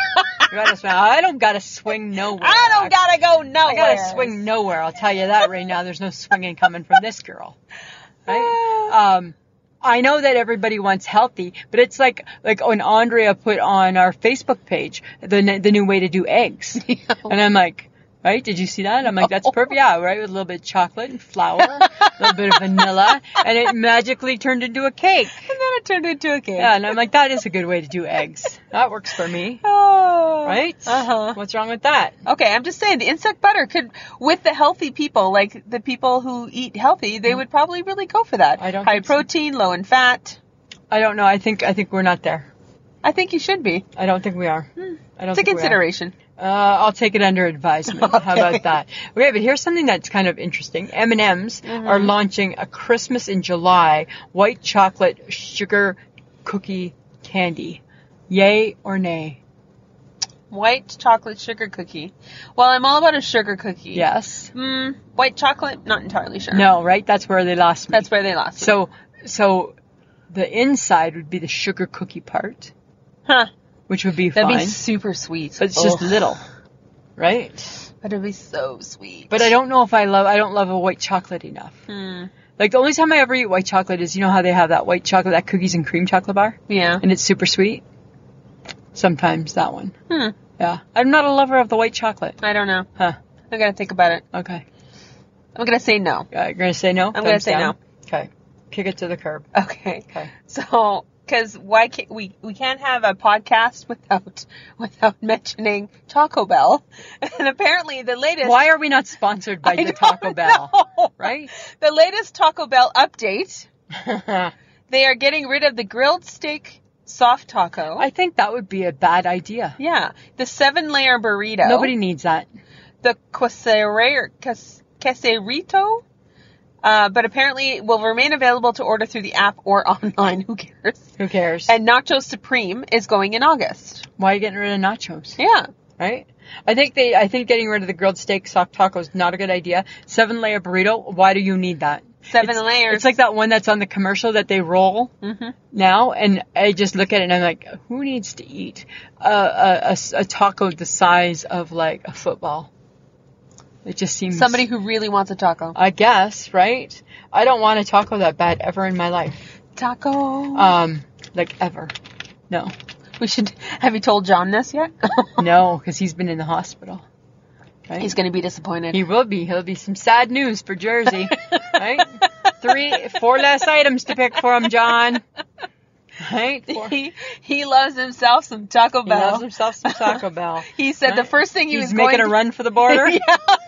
Speaker 2: gotta swing. I don't got to swing nowhere.
Speaker 1: I don't gotta go nowhere.
Speaker 2: I gotta swing nowhere. I'll tell you that right now. There's no swinging coming from this girl. Right?
Speaker 1: uh,
Speaker 2: Um, I know that everybody wants healthy, but it's like like when Andrea put on our Facebook page the n- the new way to do eggs, and I'm like, Right? Did you see that? I'm like, that's perfect. Yeah, right? With a little bit of chocolate and flour, a little bit of vanilla, and it magically turned into a cake.
Speaker 1: And then it turned into a cake.
Speaker 2: Yeah, and I'm like, that is a good way to do eggs. That works for me.
Speaker 1: Oh.
Speaker 2: Right?
Speaker 1: Uh huh.
Speaker 2: What's wrong with that?
Speaker 1: Okay, I'm just saying the insect butter could, with the healthy people, like the people who eat healthy, they would probably really go for that.
Speaker 2: Hmm. I don't
Speaker 1: High
Speaker 2: think so.
Speaker 1: protein, low in fat.
Speaker 2: I don't know. I think I think we're not there.
Speaker 1: I think you should be.
Speaker 2: I don't think we are. I don't
Speaker 1: Hmm. It's a
Speaker 2: think we are.
Speaker 1: consideration.
Speaker 2: Uh, I'll take it under advisement. How
Speaker 1: Okay.
Speaker 2: about that? Okay, but here's something that's kind of interesting. M&Ms
Speaker 1: Mm-hmm.
Speaker 2: are launching a Christmas in July white chocolate sugar cookie candy. Yay or nay?
Speaker 1: White chocolate sugar cookie. Well, I'm all about a sugar cookie.
Speaker 2: Yes.
Speaker 1: Mm, white chocolate, not entirely sure.
Speaker 2: No, right? That's where they lost me.
Speaker 1: That's where they lost. me.
Speaker 2: so so the inside would be the sugar cookie part,
Speaker 1: huh.
Speaker 2: which would be
Speaker 1: That'd
Speaker 2: fine.
Speaker 1: be super sweet.
Speaker 2: but it's just
Speaker 1: Ugh.
Speaker 2: little. Right?
Speaker 1: But it'd be so sweet.
Speaker 2: But I don't know if I love I don't love a white chocolate enough.
Speaker 1: Mm,
Speaker 2: Like the only time I ever eat white chocolate is you know how they have that white chocolate, that cookies and cream chocolate bar,
Speaker 1: yeah.
Speaker 2: and it's super sweet. Sometimes that one.
Speaker 1: Hmm.
Speaker 2: Yeah, I'm not a lover of the white chocolate.
Speaker 1: I don't know.
Speaker 2: Huh.
Speaker 1: I'm gonna think about it.
Speaker 2: Okay.
Speaker 1: I'm gonna say no.
Speaker 2: Uh, you're gonna say no.
Speaker 1: I'm gonna say no.
Speaker 2: Okay. Kick it to the curb.
Speaker 1: Okay.
Speaker 2: Okay.
Speaker 1: So, because why can't we we can't have a podcast without without mentioning Taco Bell, and apparently the latest
Speaker 2: Why are we not sponsored by
Speaker 1: I
Speaker 2: the
Speaker 1: don't
Speaker 2: Taco Bell?
Speaker 1: know.
Speaker 2: Right.
Speaker 1: The latest Taco Bell update, they are getting rid of the grilled steak soft taco.
Speaker 2: I think that would be a bad idea.
Speaker 1: yeah, the seven layer burrito.
Speaker 2: Nobody needs that.
Speaker 1: the quesere- ques- queserito, uh, but apparently it will remain available to order through the app or online. Who cares?
Speaker 2: Who cares?
Speaker 1: And Nacho Supreme is going in August.
Speaker 2: Why are you getting rid of nachos?
Speaker 1: Yeah.
Speaker 2: Right. I think they. I think getting rid of the grilled steak soft taco is not a good idea. Seven layer burrito. Why do you need that?
Speaker 1: Seven
Speaker 2: it's,
Speaker 1: layers.
Speaker 2: It's like that one that's on the commercial that they roll
Speaker 1: Mhm.
Speaker 2: now, and I just look at it and I'm like, who needs to eat a, a- a s- a taco the size of like a football? It just seems
Speaker 1: somebody who really wants a taco.
Speaker 2: I guess, right? I don't want a taco that bad ever in my life.
Speaker 1: Taco.
Speaker 2: Um, like ever. No,
Speaker 1: Uh, we should. Have you told John this yet?
Speaker 2: no, because he's been in the hospital. Right?
Speaker 1: He's going to be disappointed.
Speaker 2: He will be. He'll be some sad news for Jersey, right? Three, four less items to pick for him, John. Right? Four. He
Speaker 1: he, he loves himself some Taco Bell.
Speaker 2: loves himself some Taco Bell.
Speaker 1: He said the
Speaker 2: Right.
Speaker 1: first thing he
Speaker 2: He's
Speaker 1: was
Speaker 2: making
Speaker 1: going
Speaker 2: a
Speaker 1: to-
Speaker 2: run for the border.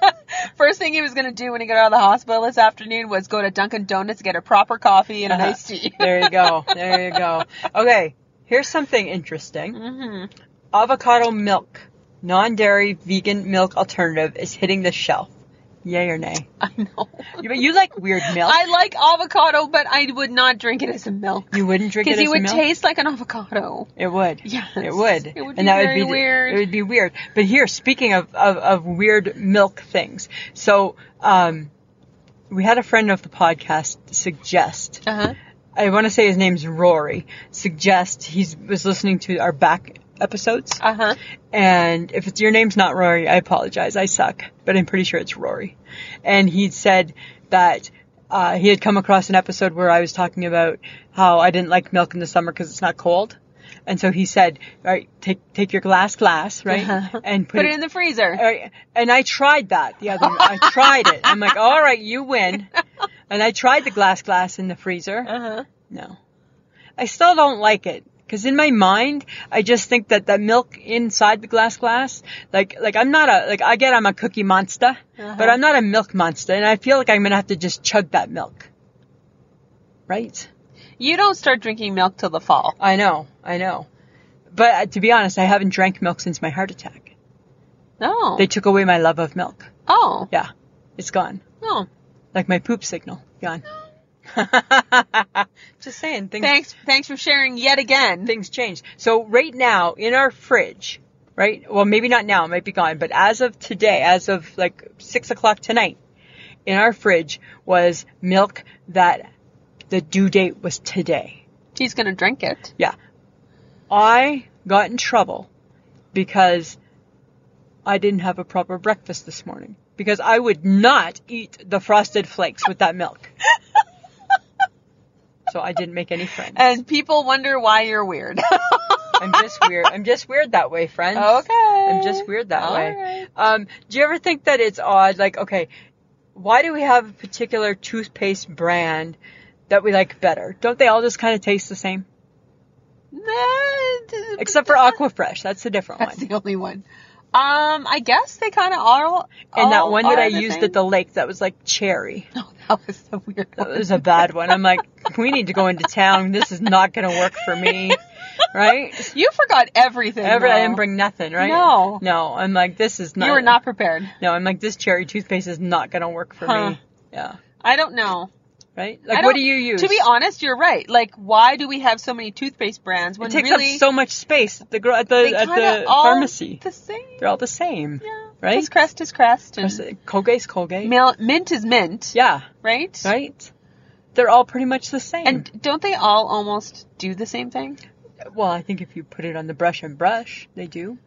Speaker 1: Yeah. First thing he was going to do when he got out of the hospital this afternoon was go to Dunkin' Donuts, get a proper coffee and an
Speaker 2: Uh-huh.
Speaker 1: iced tea.
Speaker 2: There you go. There you go. Okay, here's something interesting.
Speaker 1: hmm
Speaker 2: Avocado milk, non-dairy vegan milk alternative is hitting the shelf. Yay or nay?
Speaker 1: I know.
Speaker 2: You- But you like weird milk.
Speaker 1: I like avocado, but I would not drink it as a milk.
Speaker 2: you wouldn't drink it
Speaker 1: Because
Speaker 2: as
Speaker 1: it would
Speaker 2: milk.
Speaker 1: taste like an avocado.
Speaker 2: it would.
Speaker 1: Yes.
Speaker 2: It would.
Speaker 1: It would
Speaker 2: and
Speaker 1: be
Speaker 2: that
Speaker 1: very
Speaker 2: would be
Speaker 1: weird.
Speaker 2: It would be weird. But here, speaking of, of, of weird milk things, so um, we had a friend of the podcast suggest
Speaker 1: Uh-huh.
Speaker 2: I want to say his name's Rory. Suggest he was listening to our back episodes,
Speaker 1: Uh-huh.
Speaker 2: and if it's your name's not Rory, I apologize. I suck, but I'm pretty sure it's Rory. And he said that uh, he had come across an episode where I was talking about how I didn't like milk in the summer because it's not cold, and so he said, "All right, take take your glass glass, right,
Speaker 1: Uh-huh.
Speaker 2: and
Speaker 1: Put it in the freezer.
Speaker 2: all right, and I tried that the other. I tried it. I'm like, all right, you win. And I tried the glass glass in the freezer.
Speaker 1: Uh-huh.
Speaker 2: No. I still don't like it. Cause in my mind, I just think that the milk inside the glass glass, like, like I'm not a, like I get I'm a cookie monster,
Speaker 1: Uh-huh.
Speaker 2: but I'm not a milk monster and I feel like I'm gonna have to just chug that milk. Right?
Speaker 1: You don't start drinking milk till the fall.
Speaker 2: I know, I know. But uh, to be honest, I haven't drank milk since my heart attack.
Speaker 1: No.
Speaker 2: They took away my love of milk.
Speaker 1: oh.
Speaker 2: Yeah. It's gone.
Speaker 1: No.
Speaker 2: Like my poop signal. Gone. just saying things
Speaker 1: Thanks thanks for sharing yet again.
Speaker 2: things change. So right now in our fridge, right? Well, maybe not now, it might be gone, but as of today, as of like six o'clock tonight, in our fridge was milk that the due date was today.
Speaker 1: He's going to drink it.
Speaker 2: Yeah. I got in trouble because I didn't have a proper breakfast this morning because I would not eat the frosted flakes with that milk. So I didn't make any friends.
Speaker 1: And people wonder why you're weird.
Speaker 2: I'm just weird. I'm just weird that way, friends.
Speaker 1: Okay.
Speaker 2: I'm just weird that
Speaker 1: All
Speaker 2: way.
Speaker 1: right.
Speaker 2: Um, do you ever think that it's odd? Like, okay, why do we have a particular toothpaste brand that we like better? Don't they all just kind of taste the same?
Speaker 1: Nah,
Speaker 2: Except for Aquafresh, that's a different
Speaker 1: That's
Speaker 2: one.
Speaker 1: the only one. Um, I guess they kind of are. all-
Speaker 2: And that
Speaker 1: all
Speaker 2: one that
Speaker 1: are
Speaker 2: I
Speaker 1: the
Speaker 2: used
Speaker 1: same.
Speaker 2: at the lake that was like cherry.
Speaker 1: No, that was the weird
Speaker 2: That
Speaker 1: one.
Speaker 2: was a bad one. I'm like, we need to go into town. This is not going to work for me, right?
Speaker 1: You forgot everything.
Speaker 2: Ever, I didn't
Speaker 1: though.
Speaker 2: bring nothing, right?
Speaker 1: No.
Speaker 2: No, I'm like, this is not.
Speaker 1: You were not prepared.
Speaker 2: No, I'm like, this cherry toothpaste is not going to work for
Speaker 1: Huh.
Speaker 2: me. Yeah.
Speaker 1: I don't know.
Speaker 2: Right?
Speaker 1: I
Speaker 2: Like, what
Speaker 1: don't-
Speaker 2: do you use?
Speaker 1: To be honest, you're right. Like, why do we have so many toothpaste brands when
Speaker 2: it takes
Speaker 1: really
Speaker 2: up so much space at the gro- at
Speaker 1: they
Speaker 2: the at
Speaker 1: kinda
Speaker 2: the
Speaker 1: all
Speaker 2: pharmacy.
Speaker 1: The same.
Speaker 2: They're all the same.
Speaker 1: Yeah.
Speaker 2: Right?
Speaker 1: His crest is crest, and
Speaker 2: Colgate's Colgate.
Speaker 1: mil- mint is mint,
Speaker 2: Yeah,
Speaker 1: right?
Speaker 2: right. They're all pretty much the same.
Speaker 1: And don't they all almost do the same thing?
Speaker 2: well, I think if you put it on the brush and brush, they do.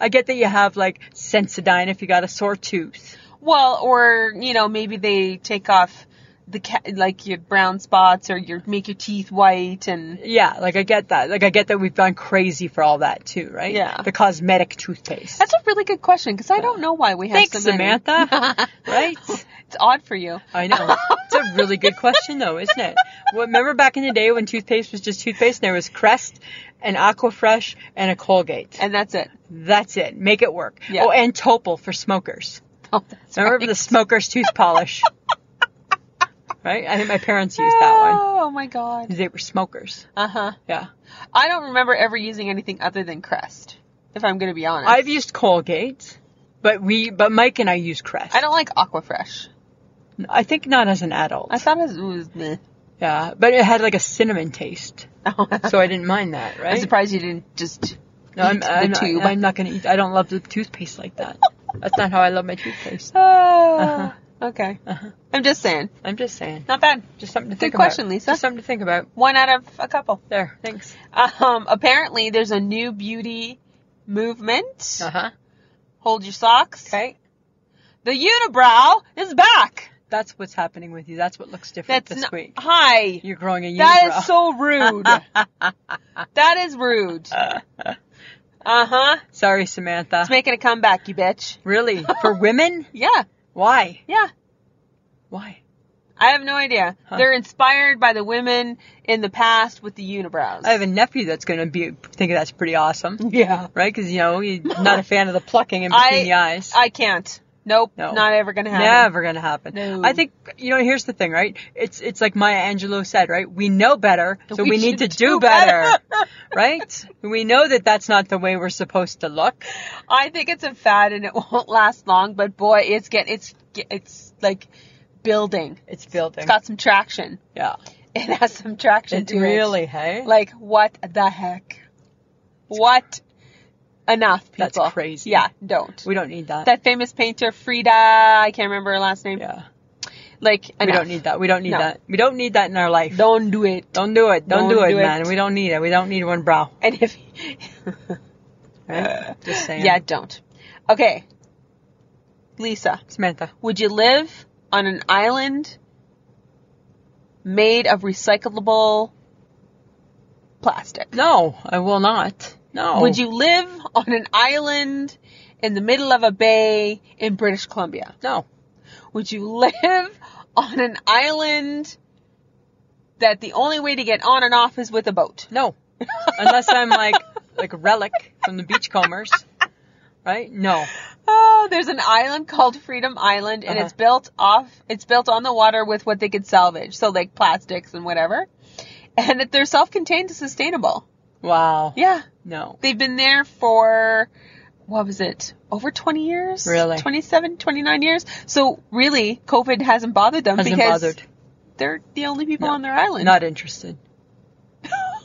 Speaker 2: I get that you have like Sensodyne if you got a sore tooth.
Speaker 1: Well, or you know, maybe they take off the ca- like your brown spots, or your make your teeth white, and
Speaker 2: Yeah, like I get that. Like I get that we've gone crazy for all that too, right?
Speaker 1: Yeah.
Speaker 2: The cosmetic toothpaste.
Speaker 1: that's a really good question because I don't know why we have
Speaker 2: Thanks,
Speaker 1: so many.
Speaker 2: Samantha. right?
Speaker 1: It's odd for you.
Speaker 2: I know. It's a really good question, though, isn't it? Well, remember back in the day when toothpaste was just toothpaste and there was Crest, an Aquafresh, and a Colgate.
Speaker 1: And that's it.
Speaker 2: That's it. Make it work.
Speaker 1: Yeah.
Speaker 2: Oh, and Topol for smokers.
Speaker 1: Oh, that's
Speaker 2: Remember
Speaker 1: right.
Speaker 2: the smoker's tooth polish? right? I think my parents used that one.
Speaker 1: Oh my god.
Speaker 2: They were smokers.
Speaker 1: Uh huh.
Speaker 2: Yeah.
Speaker 1: I don't remember ever using anything other than Crest, if I'm going to be honest.
Speaker 2: I've used Colgate, but we, but Mike and I use Crest.
Speaker 1: I don't like Aquafresh.
Speaker 2: I think not as an adult.
Speaker 1: I thought it was, it was meh.
Speaker 2: yeah, but it had like a cinnamon taste, so
Speaker 1: so
Speaker 2: I didn't mind that. Right?
Speaker 1: I'm surprised you didn't just
Speaker 2: No, I'm,
Speaker 1: eat the
Speaker 2: I'm,
Speaker 1: tube.
Speaker 2: I'm not gonna eat. I don't love the toothpaste like that. That's not how I love my toothpaste.
Speaker 1: Oh,
Speaker 2: Uh-huh.
Speaker 1: okay.
Speaker 2: Uh-huh.
Speaker 1: I'm just saying.
Speaker 2: I'm just saying,
Speaker 1: Not bad.
Speaker 2: just something to
Speaker 1: Good
Speaker 2: think
Speaker 1: question,
Speaker 2: about.
Speaker 1: Lisa.
Speaker 2: Just something to think about.
Speaker 1: One out of a couple.
Speaker 2: There, thanks.
Speaker 1: Um, apparently there's a new beauty movement.
Speaker 2: Uh huh.
Speaker 1: Hold your socks.
Speaker 2: Okay,
Speaker 1: The unibrow is back.
Speaker 2: that's what's happening with you. That's what looks different
Speaker 1: That's
Speaker 2: this
Speaker 1: not,
Speaker 2: week.
Speaker 1: hi.
Speaker 2: You're growing a unibrow.
Speaker 1: That is so rude. that is rude. Uh huh.
Speaker 2: Sorry, Samantha.
Speaker 1: It's making a comeback, you bitch.
Speaker 2: Really, for women?
Speaker 1: Yeah,
Speaker 2: Why?
Speaker 1: yeah.
Speaker 2: Why?
Speaker 1: I have no idea.
Speaker 2: Huh.
Speaker 1: They're inspired by the women in the past with the unibrows.
Speaker 2: I have a nephew that's gonna be think that's pretty awesome,
Speaker 1: yeah.
Speaker 2: right? Because you know he's not a fan of the plucking in
Speaker 1: I-
Speaker 2: between the eyes.
Speaker 1: I can't. Nope.
Speaker 2: No.
Speaker 1: Not ever gonna happen.
Speaker 2: Never gonna happen.
Speaker 1: No.
Speaker 2: I think you know. Here's the thing, right? It's it's like Maya Angelou said, right? We know better, so we,
Speaker 1: We
Speaker 2: need to
Speaker 1: should
Speaker 2: do
Speaker 1: do
Speaker 2: better, right? We know that that's not the way we're supposed to look.
Speaker 1: I think it's a fad and it won't last long, but boy, it's get it's get- it's like building.
Speaker 2: It's building.
Speaker 1: It's got some traction.
Speaker 2: yeah,
Speaker 1: It has some traction
Speaker 2: it
Speaker 1: to
Speaker 2: really, hey?
Speaker 1: it. Like what the heck? What? Enough people.
Speaker 2: That's crazy.
Speaker 1: Yeah, don't.
Speaker 2: we don't need that.
Speaker 1: that famous painter Frida, I can't remember her last name.
Speaker 2: yeah,
Speaker 1: Like
Speaker 2: we
Speaker 1: enough.
Speaker 2: don't need that. We don't need
Speaker 1: No.
Speaker 2: that. We don't need that in our life.
Speaker 1: Don't do it.
Speaker 2: Don't do it. Don't, do,
Speaker 1: Don't
Speaker 2: it,
Speaker 1: do it.
Speaker 2: man. We don't need it. We don't need one brow.
Speaker 1: And if
Speaker 2: Right? Just saying.
Speaker 1: yeah, don't. Okay, Lisa.
Speaker 2: Samantha.
Speaker 1: Would you live on an island made of recyclable plastic?
Speaker 2: No, I will not. No.
Speaker 1: Would you live on an island in the middle of a bay in British Columbia?
Speaker 2: No.
Speaker 1: Would you live on an island that the only way to get on and off is with a boat?
Speaker 2: No. Unless I'm like like relic from the beachcombers. Right? No.
Speaker 1: Oh, there's an island called Freedom Island and
Speaker 2: Uh-huh.
Speaker 1: it's built off it's built on the water with what they could salvage, so like plastics and whatever. And that they're self-contained and sustainable.
Speaker 2: Wow.
Speaker 1: Yeah.
Speaker 2: No.
Speaker 1: They've been there for what was it? Over 20 years?
Speaker 2: Really?
Speaker 1: 27, 29 years. So really, COVID hasn't bothered them
Speaker 2: Hasn't
Speaker 1: because
Speaker 2: bothered.
Speaker 1: they're the only people
Speaker 2: No.
Speaker 1: on their island.
Speaker 2: Not interested.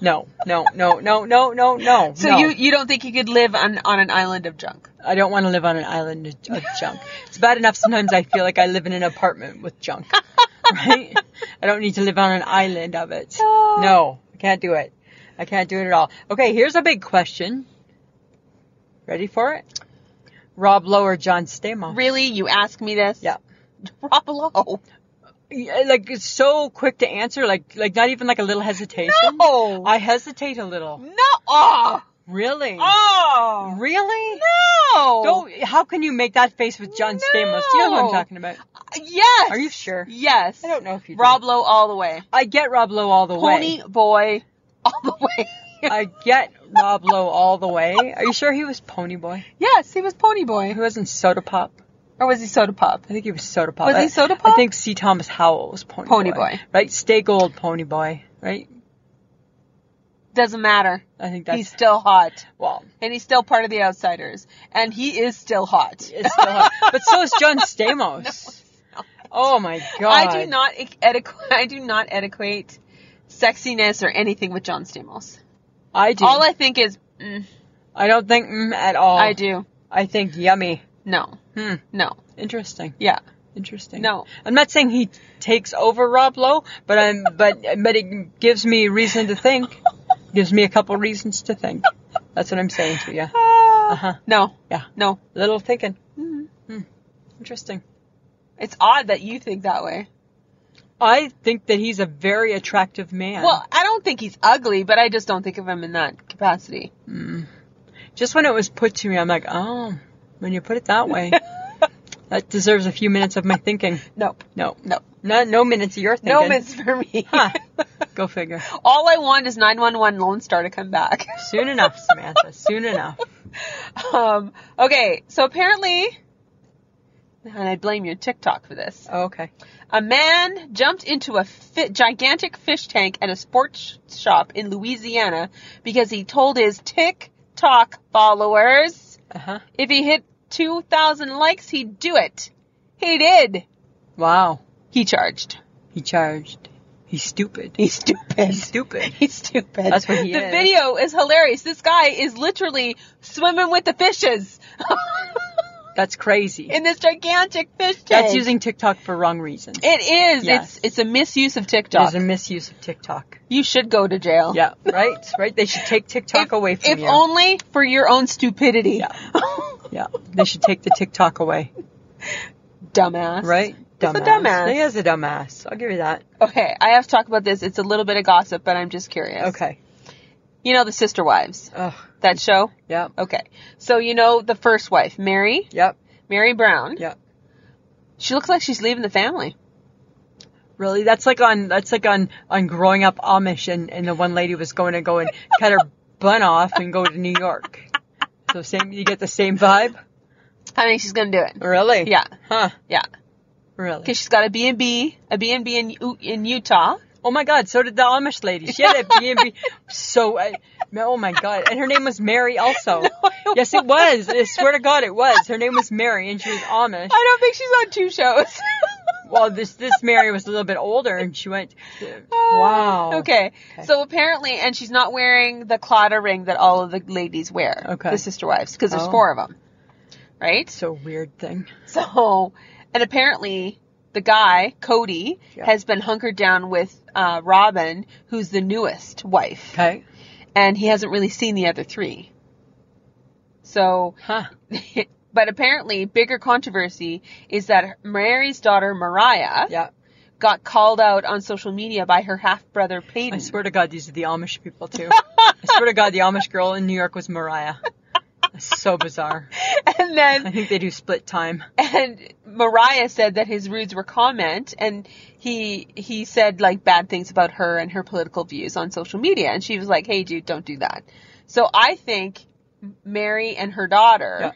Speaker 2: No, no, no, no, no, no, no.
Speaker 1: so
Speaker 2: no.
Speaker 1: you you don't think you could live on on an island of junk?
Speaker 2: I don't want to live on an island of- of junk. It's bad enough sometimes I feel like I live in an apartment with junk. Right? I don't need to live on an island of it.
Speaker 1: No.
Speaker 2: No, I can't do it. I can't do it at all. Okay, here's a big question. Ready for it? Rob Lowe or John Stamos?
Speaker 1: Really? You ask me this?
Speaker 2: Uh-huh. Yeah.
Speaker 1: Rob Lowe.
Speaker 2: Yeah, like it's so quick to answer, like like not even like a little hesitation.
Speaker 1: No.
Speaker 2: I hesitate a little.
Speaker 1: No. ah.
Speaker 2: Really?
Speaker 1: Oh!
Speaker 2: Really?
Speaker 1: No!
Speaker 2: Don't. How can you make that face with John Stamos? Do you know who I'm
Speaker 1: No.
Speaker 2: talking about?
Speaker 1: Yes!
Speaker 2: Are you sure?
Speaker 1: Yes.
Speaker 2: I don't know if you. do.
Speaker 1: Rob Lowe all the way.
Speaker 2: I get Rob Lowe all the way.
Speaker 1: Pony boy all the way.
Speaker 2: I get Rob Lowe all the way. Are you sure he was Pony Boy?
Speaker 1: Yes, he was Pony boy.
Speaker 2: He wasn't Soda Pop.
Speaker 1: Or was he Soda Pop?
Speaker 2: I think he was Soda Pop.
Speaker 1: Was he
Speaker 2: I-
Speaker 1: Soda
Speaker 2: I
Speaker 1: Pop?
Speaker 2: think C. Thomas Howell was Pony,
Speaker 1: Pony
Speaker 2: Boy.
Speaker 1: Boy.
Speaker 2: Right? Stay gold, Pony Boy. Right?
Speaker 1: Doesn't matter.
Speaker 2: I think that's
Speaker 1: He's still hot.
Speaker 2: well.
Speaker 1: And he's still part of the Outsiders. And he is still hot.
Speaker 2: It's still hot. but so is John Stamos. Oh my god!
Speaker 1: I do not adequate. I do not adequate sexiness or anything with John Stamos.
Speaker 2: I do.
Speaker 1: All I think is, mm,
Speaker 2: I don't think mm, at all.
Speaker 1: I do.
Speaker 2: I think yummy.
Speaker 1: No,
Speaker 2: Hmm.
Speaker 1: no,
Speaker 2: Interesting.
Speaker 1: yeah,
Speaker 2: Interesting.
Speaker 1: no.
Speaker 2: I'm not saying he takes over Rob Lowe, but I'm but but it gives me reason to think. gives me a couple reasons to think. That's what I'm saying to you. Uh-huh.
Speaker 1: Ah. No,
Speaker 2: Yeah. Mm-hmm.
Speaker 1: no.
Speaker 2: Little thinking.
Speaker 1: Mhm.
Speaker 2: Interesting.
Speaker 1: It's odd that you think that way.
Speaker 2: I think that he's a very attractive man.
Speaker 1: Well, I don't think he's ugly, but I just don't think of him in that capacity.
Speaker 2: Mm. just when it was put to me, I'm like, oh, when you put it that way, that deserves a few minutes of my thinking.
Speaker 1: Nope,
Speaker 2: No,
Speaker 1: no,
Speaker 2: no, no minutes of your thinking.
Speaker 1: no miss for me.
Speaker 2: Huh. Go figure.
Speaker 1: All I want is 911 Lone Star to come back.
Speaker 2: Soon enough, Samantha. Soon enough.
Speaker 1: Um, okay, so apparently, and I blame your TikTok for this.
Speaker 2: Oh, okay.
Speaker 1: A man jumped into a fi- gigantic fish tank at a sports shop in Louisiana because he told his TikTok followers
Speaker 2: Uh huh.
Speaker 1: if he hit 2,000 likes, he'd do it. He did.
Speaker 2: Wow.
Speaker 1: He charged.
Speaker 2: He charged. He's stupid.
Speaker 1: He's stupid.
Speaker 2: He's stupid.
Speaker 1: He's stupid.
Speaker 2: That's what he
Speaker 1: the
Speaker 2: is.
Speaker 1: video is hilarious. This guy is literally swimming with the fishes
Speaker 2: That's crazy.
Speaker 1: in this gigantic fish tank.
Speaker 2: That's using TikTok for wrong reasons.
Speaker 1: It is.
Speaker 2: Yes.
Speaker 1: It's it's a misuse of TikTok.
Speaker 2: There's a misuse of TikTok.
Speaker 1: you should go to jail.
Speaker 2: Yeah. Right. Right. They should take TikTok
Speaker 1: Oh. if,
Speaker 2: away from
Speaker 1: if
Speaker 2: you.
Speaker 1: only for your own stupidity.
Speaker 2: Yeah. yeah. They should take the TikTok away.
Speaker 1: dumbass.
Speaker 2: Right.
Speaker 1: He's a dumbass.
Speaker 2: He is a dumbass. I'll give you that.
Speaker 1: Okay, I have to talk about this. It's a little bit of gossip, but I'm just curious.
Speaker 2: Okay.
Speaker 1: You know the Sister Wives,
Speaker 2: Ugh.
Speaker 1: that show?
Speaker 2: Yep.
Speaker 1: Okay. So you know the first wife, Mary,
Speaker 2: Yep.
Speaker 1: Mary Brown.
Speaker 2: Yep.
Speaker 1: She looks like she's leaving the family.
Speaker 2: Really? That's like on that's like on on growing up Amish and and the one lady was going to go and cut her bun off and go to New York. So same you get the same vibe?
Speaker 1: I think she's gonna do it.
Speaker 2: Really?
Speaker 1: Yeah,
Speaker 2: Huh.
Speaker 1: yeah.
Speaker 2: Really?
Speaker 1: Cause she's got a B and B, a B and B in U- in Utah.
Speaker 2: Oh my god, so did the Amish lady. She had a B&B. so I, oh my god, and her name was Mary also. yes, it was. I swear to god it was. Her name was Mary and she was Amish.
Speaker 1: I don't think she's on two shows.
Speaker 2: Well, this this Mary was a little bit older and she went wow.
Speaker 1: Okay.
Speaker 2: Okay.
Speaker 1: So apparently, and she's not wearing the clotter ring that all of the ladies wear.
Speaker 2: Okay.
Speaker 1: The sister wives, because there's
Speaker 2: Oh.
Speaker 1: four of them. Right?
Speaker 2: So weird thing.
Speaker 1: So, and apparently the guy, Cody,
Speaker 2: Yeah.
Speaker 1: has been hunkered down with uh, Robin, who's the newest wife.
Speaker 2: Okay.
Speaker 1: And he hasn't really seen the other three. So,
Speaker 2: Huh.
Speaker 1: but apparently, bigger controversy is that Mary's daughter, Mariah,
Speaker 2: Yeah.
Speaker 1: got called out on social media by her half brother, Peyton.
Speaker 2: I swear to God, these are the Amish people too. I swear to God, the Amish girl in New York was Mariah. That's so bizarre.
Speaker 1: And then
Speaker 2: I think they do split time.
Speaker 1: and Mariah said that his rudes were comment, and he he said like bad things about her and her political views on social media, and she was like, "Hey, dude, don't do that." So I think Mary and her daughter
Speaker 2: Yeah.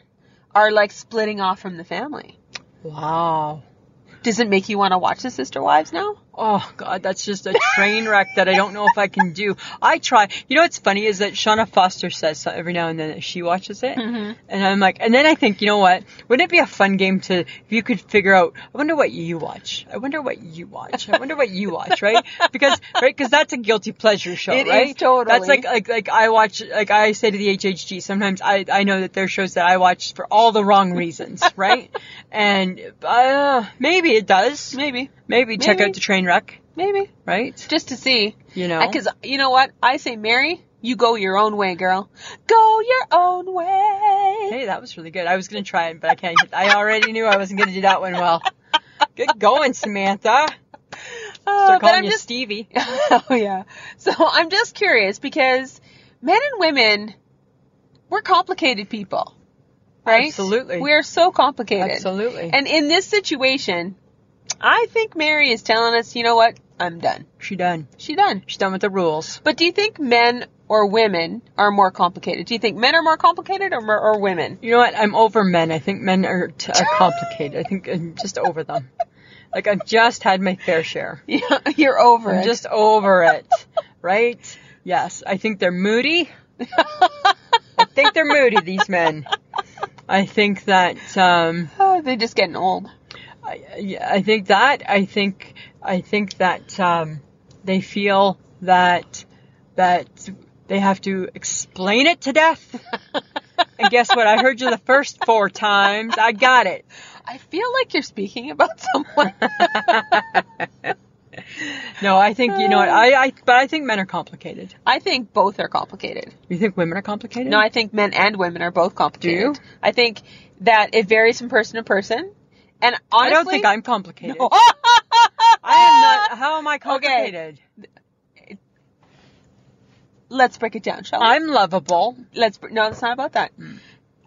Speaker 1: are like splitting off from the family.
Speaker 2: Wow.
Speaker 1: Does it make you want to watch the Sister Wives now?
Speaker 2: Oh God, that's just a train wreck that I don't know if I can do. I try. You know what's funny is that Shauna Foster says so every now and then that she watches it,
Speaker 1: Mm-hmm.
Speaker 2: and I'm like, and then I think, you know what? Wouldn't it be a fun game to if you could figure out? I wonder what you watch. I wonder what you watch. I wonder what you watch, right? Because right, because that's a guilty pleasure show,
Speaker 1: It is
Speaker 2: right?
Speaker 1: totally.
Speaker 2: That's like like like I watch like I say to the HHG sometimes I I know that there are shows that I watch for all the wrong reasons, right? And uh, maybe it does.
Speaker 1: Maybe,
Speaker 2: Maybe check
Speaker 1: Maybe.
Speaker 2: out the train wreck,
Speaker 1: maybe
Speaker 2: right?
Speaker 1: just to see,
Speaker 2: You know,
Speaker 1: because you know what I say, Mary. You go your own way, girl. Go your own way.
Speaker 2: hey, that was really good. I was gonna try it, but I can't. I already knew I wasn't gonna do that one well. Good going, Samantha.
Speaker 1: Uh, but
Speaker 2: Start calling
Speaker 1: I'm
Speaker 2: you
Speaker 1: just
Speaker 2: Stevie.
Speaker 1: oh yeah. So I'm just curious because men and women We're complicated people. Right?
Speaker 2: Absolutely.
Speaker 1: We are so complicated.
Speaker 2: Absolutely.
Speaker 1: And in this situation, I think Mary is telling us, you know what? I'm done.
Speaker 2: she done.
Speaker 1: She done.
Speaker 2: She's done with the rules.
Speaker 1: But do you think men or women are more complicated? Do you think men are more complicated or mer- or women?
Speaker 2: You know what? I'm over men. I think men are, t- are complicated. I think I'm just over them. Like I've just had my fair share.
Speaker 1: Yeah, you're over
Speaker 2: I'm
Speaker 1: it.
Speaker 2: just over it. Right? Yes. I think they're moody. I think they're moody, these men. I think that, um,
Speaker 1: oh, they're just getting old.
Speaker 2: I, yeah, I think that, I think, I think that, um, they feel that, that they have to explain it to death. And guess what? I heard you the first four times. I got it.
Speaker 1: I feel like you're speaking about someone.
Speaker 2: No, I think, you know what? I, I, but I think men are complicated.
Speaker 1: I think both are complicated.
Speaker 2: You think women are complicated?
Speaker 1: No, I think men and women are both complicated.
Speaker 2: Do you?
Speaker 1: I think that it varies from person to person. And honestly,
Speaker 2: I don't think I'm complicated.
Speaker 1: No.
Speaker 2: I am
Speaker 1: uh,
Speaker 2: not. How am I complicated?
Speaker 1: Let's break it down, shall we?
Speaker 2: I'm lovable.
Speaker 1: Let's. br- No, it's not about that.
Speaker 2: Hmm.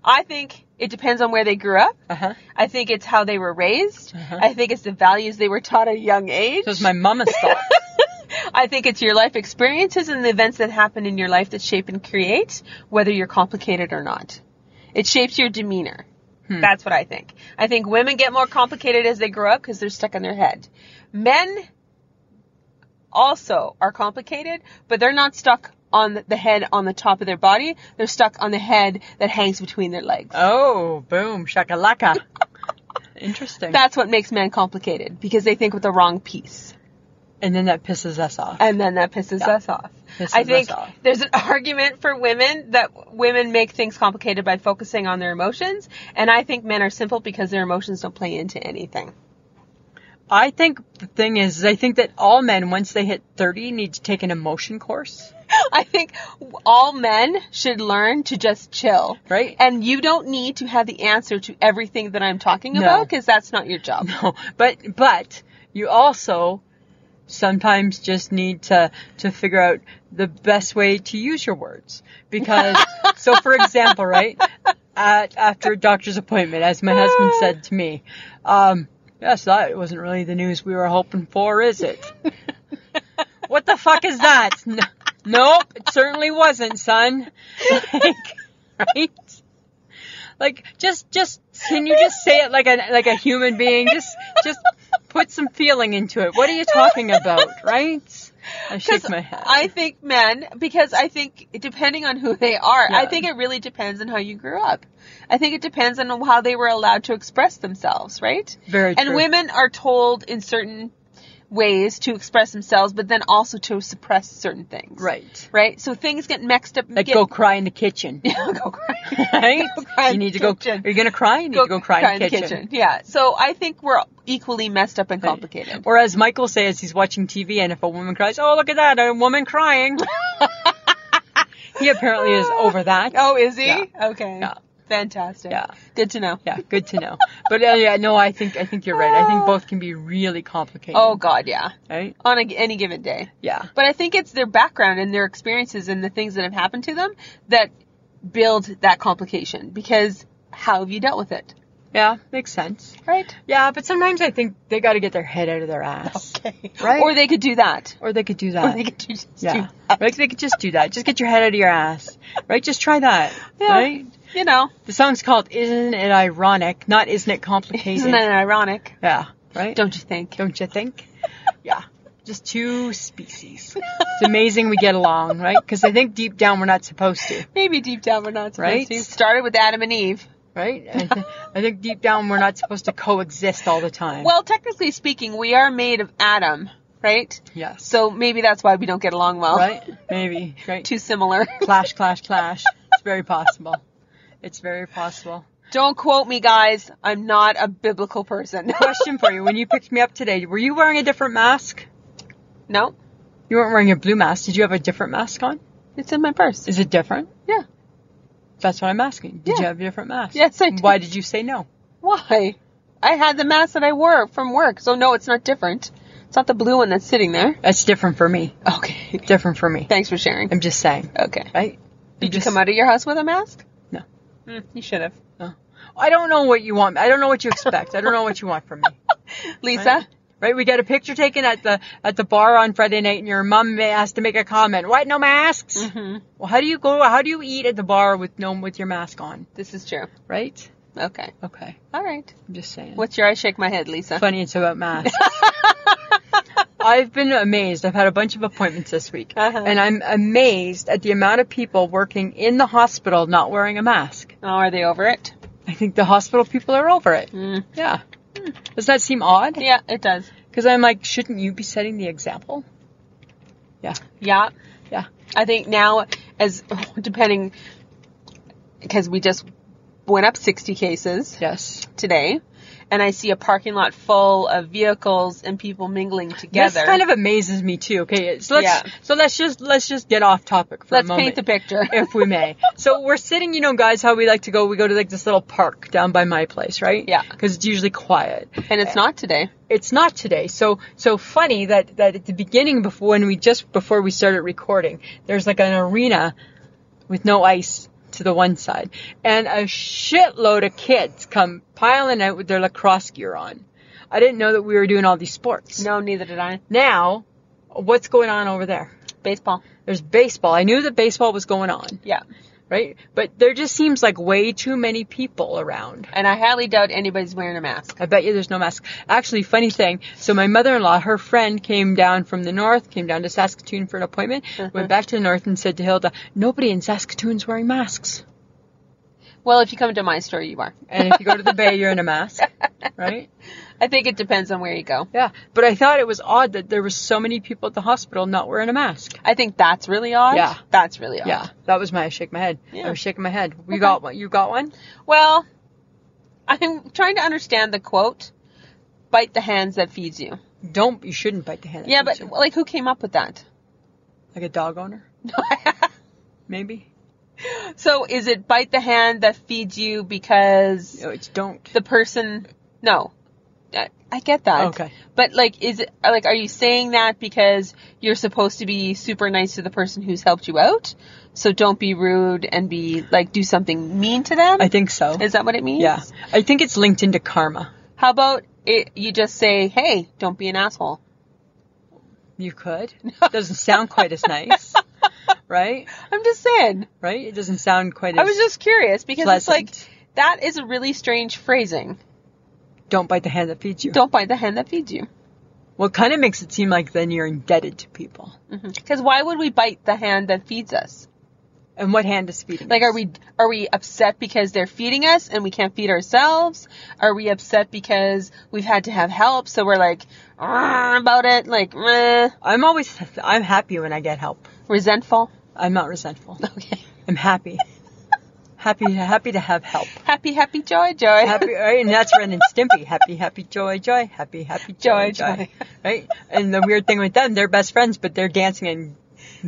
Speaker 1: I think it depends on where they grew up.
Speaker 2: Uh huh.
Speaker 1: I think it's how they were raised.
Speaker 2: Uh-huh.
Speaker 1: Uh-huh. I think it's the values they were taught at a young age.
Speaker 2: So it's my mama's thought.
Speaker 1: I think it's your life experiences and the events that happen in your life that shape and create whether you're complicated or not. It shapes your demeanor.
Speaker 2: Hmm.
Speaker 1: That's what I think. I think women get more complicated as they grow up because they're stuck in their head. Men also are complicated, but they're not stuck on the head on the top of their body. They're stuck on the head that hangs between their legs.
Speaker 2: Oh, boom, shakalaka. Interesting.
Speaker 1: That's what makes men complicated because they think with the wrong piece.
Speaker 2: and then that pisses us off.
Speaker 1: and then that pisses
Speaker 2: Yeah.
Speaker 1: us off.
Speaker 2: Pisses
Speaker 1: I think
Speaker 2: us off.
Speaker 1: there's an argument for women that women make things complicated by focusing on their emotions, and I think men are simple because their emotions don't play into anything.
Speaker 2: I think the thing is, is I think that all men, once they hit 30, need to take an emotion course,
Speaker 1: I think all men should learn to just chill.
Speaker 2: right?
Speaker 1: And you don't need to have the answer to everything that I'm talking
Speaker 2: No.
Speaker 1: about because that's not your job.
Speaker 2: no, but but you also sometimes just need to to figure out the best way to use your words because so for example right at after a doctor's appointment as my husband said to me um yes that wasn't really the news we were hoping for is it what the fuck is that N- nope it certainly wasn't son like, right like just just can you just say it like a like a human being just just put some feeling into it what are you talking about right i shake
Speaker 1: 'Cause
Speaker 2: my head
Speaker 1: I think men, because I think depending on who they are, I
Speaker 2: Yeah.
Speaker 1: think it really depends on how you grew up. I think it depends on how they were allowed to express themselves, right?
Speaker 2: very
Speaker 1: and
Speaker 2: true.
Speaker 1: women are told in certain ways to express themselves, but then also to suppress certain things.
Speaker 2: right
Speaker 1: Right. So things get mixed up.
Speaker 2: like
Speaker 1: get,
Speaker 2: go cry in the kitchen
Speaker 1: go cry.
Speaker 2: right
Speaker 1: cry in
Speaker 2: you
Speaker 1: the
Speaker 2: need to go
Speaker 1: kitchen.
Speaker 2: are you gonna cry you need to go cry, in the kitchen,
Speaker 1: Yeah. So I think we're equally messed up and complicated.
Speaker 2: Or as Michael says, he's watching TV, and if a woman cries, oh look at that, a woman crying. he apparently is over that.
Speaker 1: Oh, is he?
Speaker 2: Yeah.
Speaker 1: Okay.
Speaker 2: Yeah.
Speaker 1: Fantastic.
Speaker 2: Yeah.
Speaker 1: Good to know.
Speaker 2: Yeah, good to know. But uh, yeah, no, I think I think you're right. I think both can be really complicated.
Speaker 1: Oh God, yeah.
Speaker 2: right?
Speaker 1: On a, any given day.
Speaker 2: Yeah.
Speaker 1: But I think it's their background and their experiences and the things that have happened to them that build that complication because how have you dealt with it?
Speaker 2: Yeah, makes sense.
Speaker 1: Right.
Speaker 2: Yeah, but sometimes I think they got to get their head out of their ass.
Speaker 1: Okay.
Speaker 2: Right?
Speaker 1: Or they could do that.
Speaker 2: Or they could do
Speaker 1: Or
Speaker 2: that.
Speaker 1: they could do just do
Speaker 2: yeah.
Speaker 1: that.
Speaker 2: Right? They could just do that. Just get your head out of your ass. Right? Just try that.
Speaker 1: Yeah.
Speaker 2: Right?
Speaker 1: You know,
Speaker 2: The song's called Isn't It Ironic, not Isn't It Complicated.
Speaker 1: isn't that ironic?
Speaker 2: yeah. Right?
Speaker 1: Don't you think?
Speaker 2: Don't you think? yeah. Just two species. It's amazing we get along, right? Because I think deep down we're not supposed to,
Speaker 1: Maybe deep down we're not supposed
Speaker 2: Right?
Speaker 1: to. Started with Adam and Eve.
Speaker 2: right? I, th- I think deep down we're not supposed to coexist all the time.
Speaker 1: Well, technically speaking, we are made of Adam, right?
Speaker 2: yes.
Speaker 1: So maybe that's why we don't get along well.
Speaker 2: Right? Maybe. Right?
Speaker 1: Too similar.
Speaker 2: clash, clash, clash. It's very possible. It's very possible.
Speaker 1: don't quote me, guys. I'm not a biblical person.
Speaker 2: Question for you: When you picked me up today, were you wearing a different mask?
Speaker 1: no,
Speaker 2: You weren't wearing a blue mask. Did you have a different mask on?
Speaker 1: it's in my purse.
Speaker 2: Is it different?
Speaker 1: Yeah.
Speaker 2: That's what I'm asking. Did
Speaker 1: Yeah.
Speaker 2: you have a different mask?
Speaker 1: Yes, I did.
Speaker 2: Why did you say no?
Speaker 1: Why? I had the mask that I wore from work, so no, it's not different. It's not the blue one that's sitting there.
Speaker 2: That's different for me.
Speaker 1: Okay.
Speaker 2: Different for me.
Speaker 1: Thanks for sharing.
Speaker 2: I'm just saying.
Speaker 1: Okay.
Speaker 2: Right? I'm
Speaker 1: Did you
Speaker 2: just-
Speaker 1: come out of your house with a mask? Mm, you should have.
Speaker 2: I don't know what you want. I don't know what you expect. I don't know what you want from me.
Speaker 1: Lisa?
Speaker 2: Right? We got a picture taken at the at the bar on Friday night, and your mom has to make a comment. What? No masks?
Speaker 1: hmm
Speaker 2: Well, how do you go? How do you eat at the bar with no with your mask on?
Speaker 1: This is true.
Speaker 2: Right?
Speaker 1: Okay.
Speaker 2: Okay.
Speaker 1: All right.
Speaker 2: I'm just saying.
Speaker 1: What's your I shake my head, Lisa?
Speaker 2: funny? It's about masks. I've been amazed. I've had a bunch of appointments this week,
Speaker 1: Uh-huh.
Speaker 2: and I'm amazed at the amount of people working in the hospital not wearing a mask.
Speaker 1: oh, are they over it?
Speaker 2: I think the hospital people are over it.
Speaker 1: Mm.
Speaker 2: Yeah. Does that seem odd?
Speaker 1: Yeah, it does.
Speaker 2: Because I'm like, shouldn't you be setting the example?
Speaker 1: Yeah.
Speaker 2: Yeah.
Speaker 1: I think now, as depending, because we just went up 60 cases
Speaker 2: Yes.
Speaker 1: today, and I see a parking lot full of vehicles and people mingling together.
Speaker 2: This kind of amazes me too. Okay, so let's
Speaker 1: Yeah.
Speaker 2: so let's just let's just get off topic for
Speaker 1: Let's
Speaker 2: a
Speaker 1: paint
Speaker 2: moment.
Speaker 1: the picture.
Speaker 2: if we may. So we're sitting, you know, guys, how we like to go. We go to like this little park down by my place, right?
Speaker 1: Yeah.
Speaker 2: Because it's usually quiet.
Speaker 1: and it's not today.
Speaker 2: It's not today. So so funny that that at the beginning, before when we just before we started recording, there's like an arena with no ice to the one side, and a shitload of kids come piling out with their lacrosse gear on. I didn't know that we were doing all these sports.
Speaker 1: No, neither did I.
Speaker 2: Now, what's going on over there?
Speaker 1: Baseball.
Speaker 2: There's baseball. I knew that baseball was going on
Speaker 1: Yeah.
Speaker 2: right? But there just seems like way too many people around.
Speaker 1: And I highly doubt anybody's wearing a mask.
Speaker 2: I bet you there's no mask. Actually, funny thing. So my mother-in-law, her friend came down from the north, came down to Saskatoon for an appointment,
Speaker 1: Uh-huh.
Speaker 2: went back to the north and said to Hilda, nobody in Saskatoon's wearing masks.
Speaker 1: Well, if you come to my store, you are.
Speaker 2: And if you go to the bay, you're in a mask, right?
Speaker 1: I think it depends on where you go.
Speaker 2: Yeah. But I thought it was odd that there was so many people at the hospital not wearing a mask.
Speaker 1: I think that's really odd.
Speaker 2: Yeah.
Speaker 1: That's really odd.
Speaker 2: Yeah, that was my I shake my head.
Speaker 1: Yeah.
Speaker 2: I was shaking my head. You
Speaker 1: Okay.
Speaker 2: got one. You got one.
Speaker 1: Well, I'm trying to understand the quote bite the hands that feeds you.
Speaker 2: Don't. You shouldn't bite the hand. that
Speaker 1: Yeah, but
Speaker 2: feeds you.
Speaker 1: like who came up with that?
Speaker 2: like a dog owner, maybe.
Speaker 1: so is it bite the hand that feeds you because
Speaker 2: No, it's don't.
Speaker 1: the person No. I- I get that.
Speaker 2: Okay.
Speaker 1: But like is it like are you saying that because you're supposed to be super nice to the person who's helped you out? So don't be rude and be like do something mean to them?
Speaker 2: I think so.
Speaker 1: is that what it means?
Speaker 2: yeah. I think it's linked into karma.
Speaker 1: How about it, you just say, "Hey, don't be an asshole."
Speaker 2: You could. Doesn't sound quite as nice. Right?
Speaker 1: I'm just saying.
Speaker 2: Right? It doesn't sound quite as
Speaker 1: I was just curious because it's like
Speaker 2: pleasant.
Speaker 1: that is a really strange phrasing.
Speaker 2: don't bite the hand that feeds you.
Speaker 1: Don't bite the hand that feeds you.
Speaker 2: Well, kind of makes it seem like then you're indebted to people.
Speaker 1: Because why would we bite the hand that feeds us?
Speaker 2: And what hand is feeding?
Speaker 1: Like,
Speaker 2: us?
Speaker 1: are we are we upset because they're feeding us and we can't feed ourselves? Are we upset because we've had to have help, so we're like "Argh," about it, like "Meh,"
Speaker 2: I'm always I'm happy when I get help.
Speaker 1: resentful?
Speaker 2: I'm not resentful.
Speaker 1: Okay,
Speaker 2: I'm happy. happy happy to have help.
Speaker 1: happy, happy, joy, joy.
Speaker 2: happy, right? And that's Ren and Stimpy. Happy, happy, joy, joy. Happy, happy,
Speaker 1: Joy,
Speaker 2: joy, joy.
Speaker 1: joy.
Speaker 2: Right? And the weird thing with them, they're best friends, but they're dancing and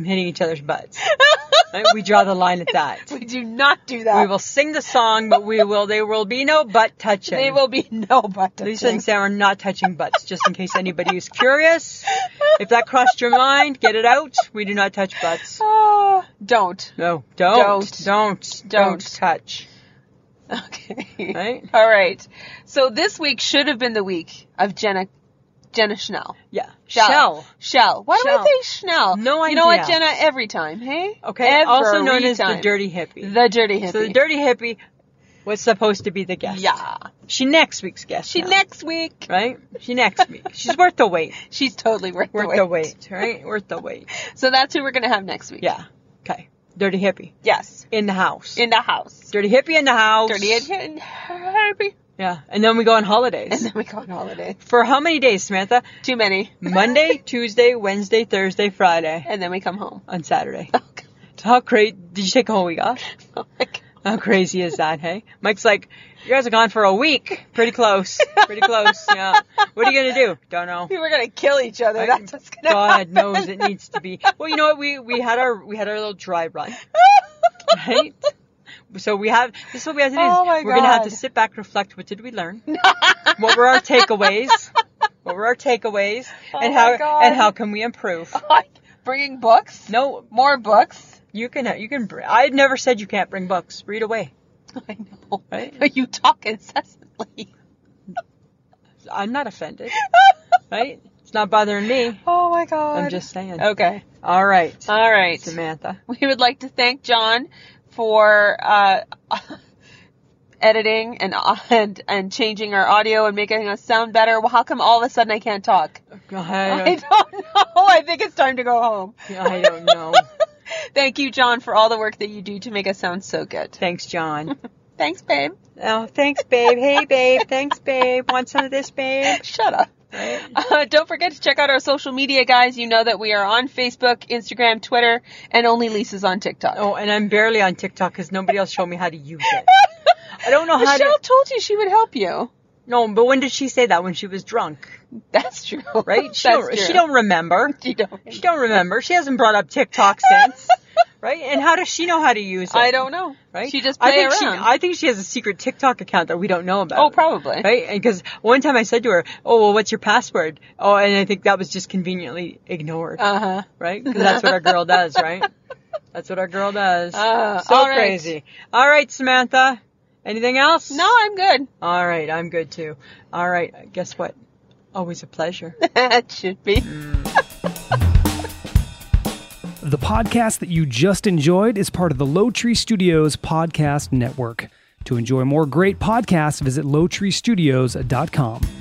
Speaker 2: hitting each other's butts. Right? We draw the line at that.
Speaker 1: we do not do that.
Speaker 2: We will sing the song, but we will. There will be no butt touching.
Speaker 1: They will be no but to
Speaker 2: Lisa and
Speaker 1: think.
Speaker 2: Sam are not touching butts, just in case anybody is curious. If that crossed your mind, get it out. We do not touch butts.
Speaker 1: Ah, don't.
Speaker 2: No, don't,
Speaker 1: Don't.
Speaker 2: don't, don't,
Speaker 1: Don't.
Speaker 2: touch.
Speaker 1: Okay.
Speaker 2: Right?
Speaker 1: All right. So this week should have been the week of Jenna, Jenna Schnell.
Speaker 2: Yeah.
Speaker 1: Shell.
Speaker 2: Shell.
Speaker 1: Shell. Why do I
Speaker 2: Schnell.
Speaker 1: say Schnell?
Speaker 2: No
Speaker 1: You know what,
Speaker 2: idea.
Speaker 1: Jenna? Every time, hey?
Speaker 2: Okay.
Speaker 1: Every
Speaker 2: also known as the
Speaker 1: time.
Speaker 2: dirty hippie.
Speaker 1: The dirty hippie.
Speaker 2: So the dirty hippie was supposed to be the guest.
Speaker 1: Yeah.
Speaker 2: She next week's guest.
Speaker 1: She
Speaker 2: now,
Speaker 1: next week.
Speaker 2: Right? She next week. She's worth the wait.
Speaker 1: She's totally worth,
Speaker 2: Worth
Speaker 1: the
Speaker 2: the
Speaker 1: wait.
Speaker 2: wait. Right? Worth the wait.
Speaker 1: So that's who we're gonna have next week.
Speaker 2: Yeah. Okay. Dirty hippie
Speaker 1: Yes.
Speaker 2: in the house.
Speaker 1: In the house.
Speaker 2: dirty hippie in the house.
Speaker 1: Dirty and hippie.
Speaker 2: Yeah. And then we go on
Speaker 1: And
Speaker 2: holidays.
Speaker 1: then we go on holiday.
Speaker 2: For how many days, Samantha?
Speaker 1: Too many.
Speaker 2: Monday, Tuesday, Wednesday, Thursday, Friday,
Speaker 1: And then we come home.
Speaker 2: on Saturday.
Speaker 1: Oh,
Speaker 2: So how crazy? Did you take a whole week off?
Speaker 1: my God.
Speaker 2: How crazy is that, hey? Mike's like, you guys are gone for a week. Pretty close. Pretty close. Yeah. What are you gonna do? Don't know.
Speaker 1: We were gonna kill each other.
Speaker 2: I-
Speaker 1: That's what's gonna
Speaker 2: God
Speaker 1: happen.
Speaker 2: knows it needs to be. Well, you know what? We we had our we had our little dry run, right? So we have this is what we have to do.
Speaker 1: Oh my
Speaker 2: We're gonna have to
Speaker 1: God.
Speaker 2: sit back, reflect. What did we learn? what were our takeaways? What were our takeaways?
Speaker 1: Oh
Speaker 2: and
Speaker 1: my
Speaker 2: how
Speaker 1: God.
Speaker 2: and how can we improve?
Speaker 1: Bringing books.
Speaker 2: No,
Speaker 1: More books.
Speaker 2: you can you can. br- I never said you can't bring books. Read away.
Speaker 1: I know.
Speaker 2: Right?
Speaker 1: But you talk incessantly.
Speaker 2: I'm not offended, right? It's not bothering me.
Speaker 1: oh my god.
Speaker 2: I'm just saying.
Speaker 1: Okay.
Speaker 2: All right,
Speaker 1: All right.
Speaker 2: Samantha.
Speaker 1: We would like to thank John for uh, editing and uh, and and changing our audio and making us sound better. Well, how come all of a sudden I can't talk? I
Speaker 2: I don't,
Speaker 1: don't know. I think it's time to go home.
Speaker 2: I don't know.
Speaker 1: Thank you, John, for all the work that you do to make us sound so good.
Speaker 2: Thanks, John.
Speaker 1: Thanks, babe.
Speaker 2: Oh, thanks, babe. Hey, babe. Thanks, babe. Want some of this, babe?
Speaker 1: Shut up.
Speaker 2: Right?
Speaker 1: Uh, don't forget to check out our social media, guys. You know that we are on Facebook, Instagram, Twitter, and only Lisa's on TikTok.
Speaker 2: Oh, and I'm barely on TikTok because nobody else showed me how to use it. I don't know how
Speaker 1: Michelle
Speaker 2: to.
Speaker 1: told you she would help you.
Speaker 2: No, but when did she say that? When she was drunk,
Speaker 1: That's true,
Speaker 2: right? She
Speaker 1: That's
Speaker 2: don't,
Speaker 1: true.
Speaker 2: she don't remember.
Speaker 1: You don't.
Speaker 2: She don't remember. She hasn't brought up TikTok since, right? And how does she know how to use it?
Speaker 1: I don't know.
Speaker 2: Right?
Speaker 1: She just
Speaker 2: I
Speaker 1: play
Speaker 2: think she.
Speaker 1: around.
Speaker 2: I think she has a secret TikTok account that we don't know about.
Speaker 1: oh, probably.
Speaker 2: Right? Because one time I said to her, "Oh, well, what's your password?" Oh, and I think that was just conveniently ignored.
Speaker 1: Uh huh.
Speaker 2: right? Because that's what our girl does, right? That's what our girl does.
Speaker 1: Uh,
Speaker 2: so
Speaker 1: all right.
Speaker 2: crazy. All right, Samantha. Anything else?
Speaker 1: No, I'm good.
Speaker 2: All right, I'm good too. All right, guess what? Always a pleasure.
Speaker 1: it should be.
Speaker 3: The podcast that you just enjoyed is part of the Low Tree Studios podcast network. To enjoy more great podcasts, visit lowtreestudios.com.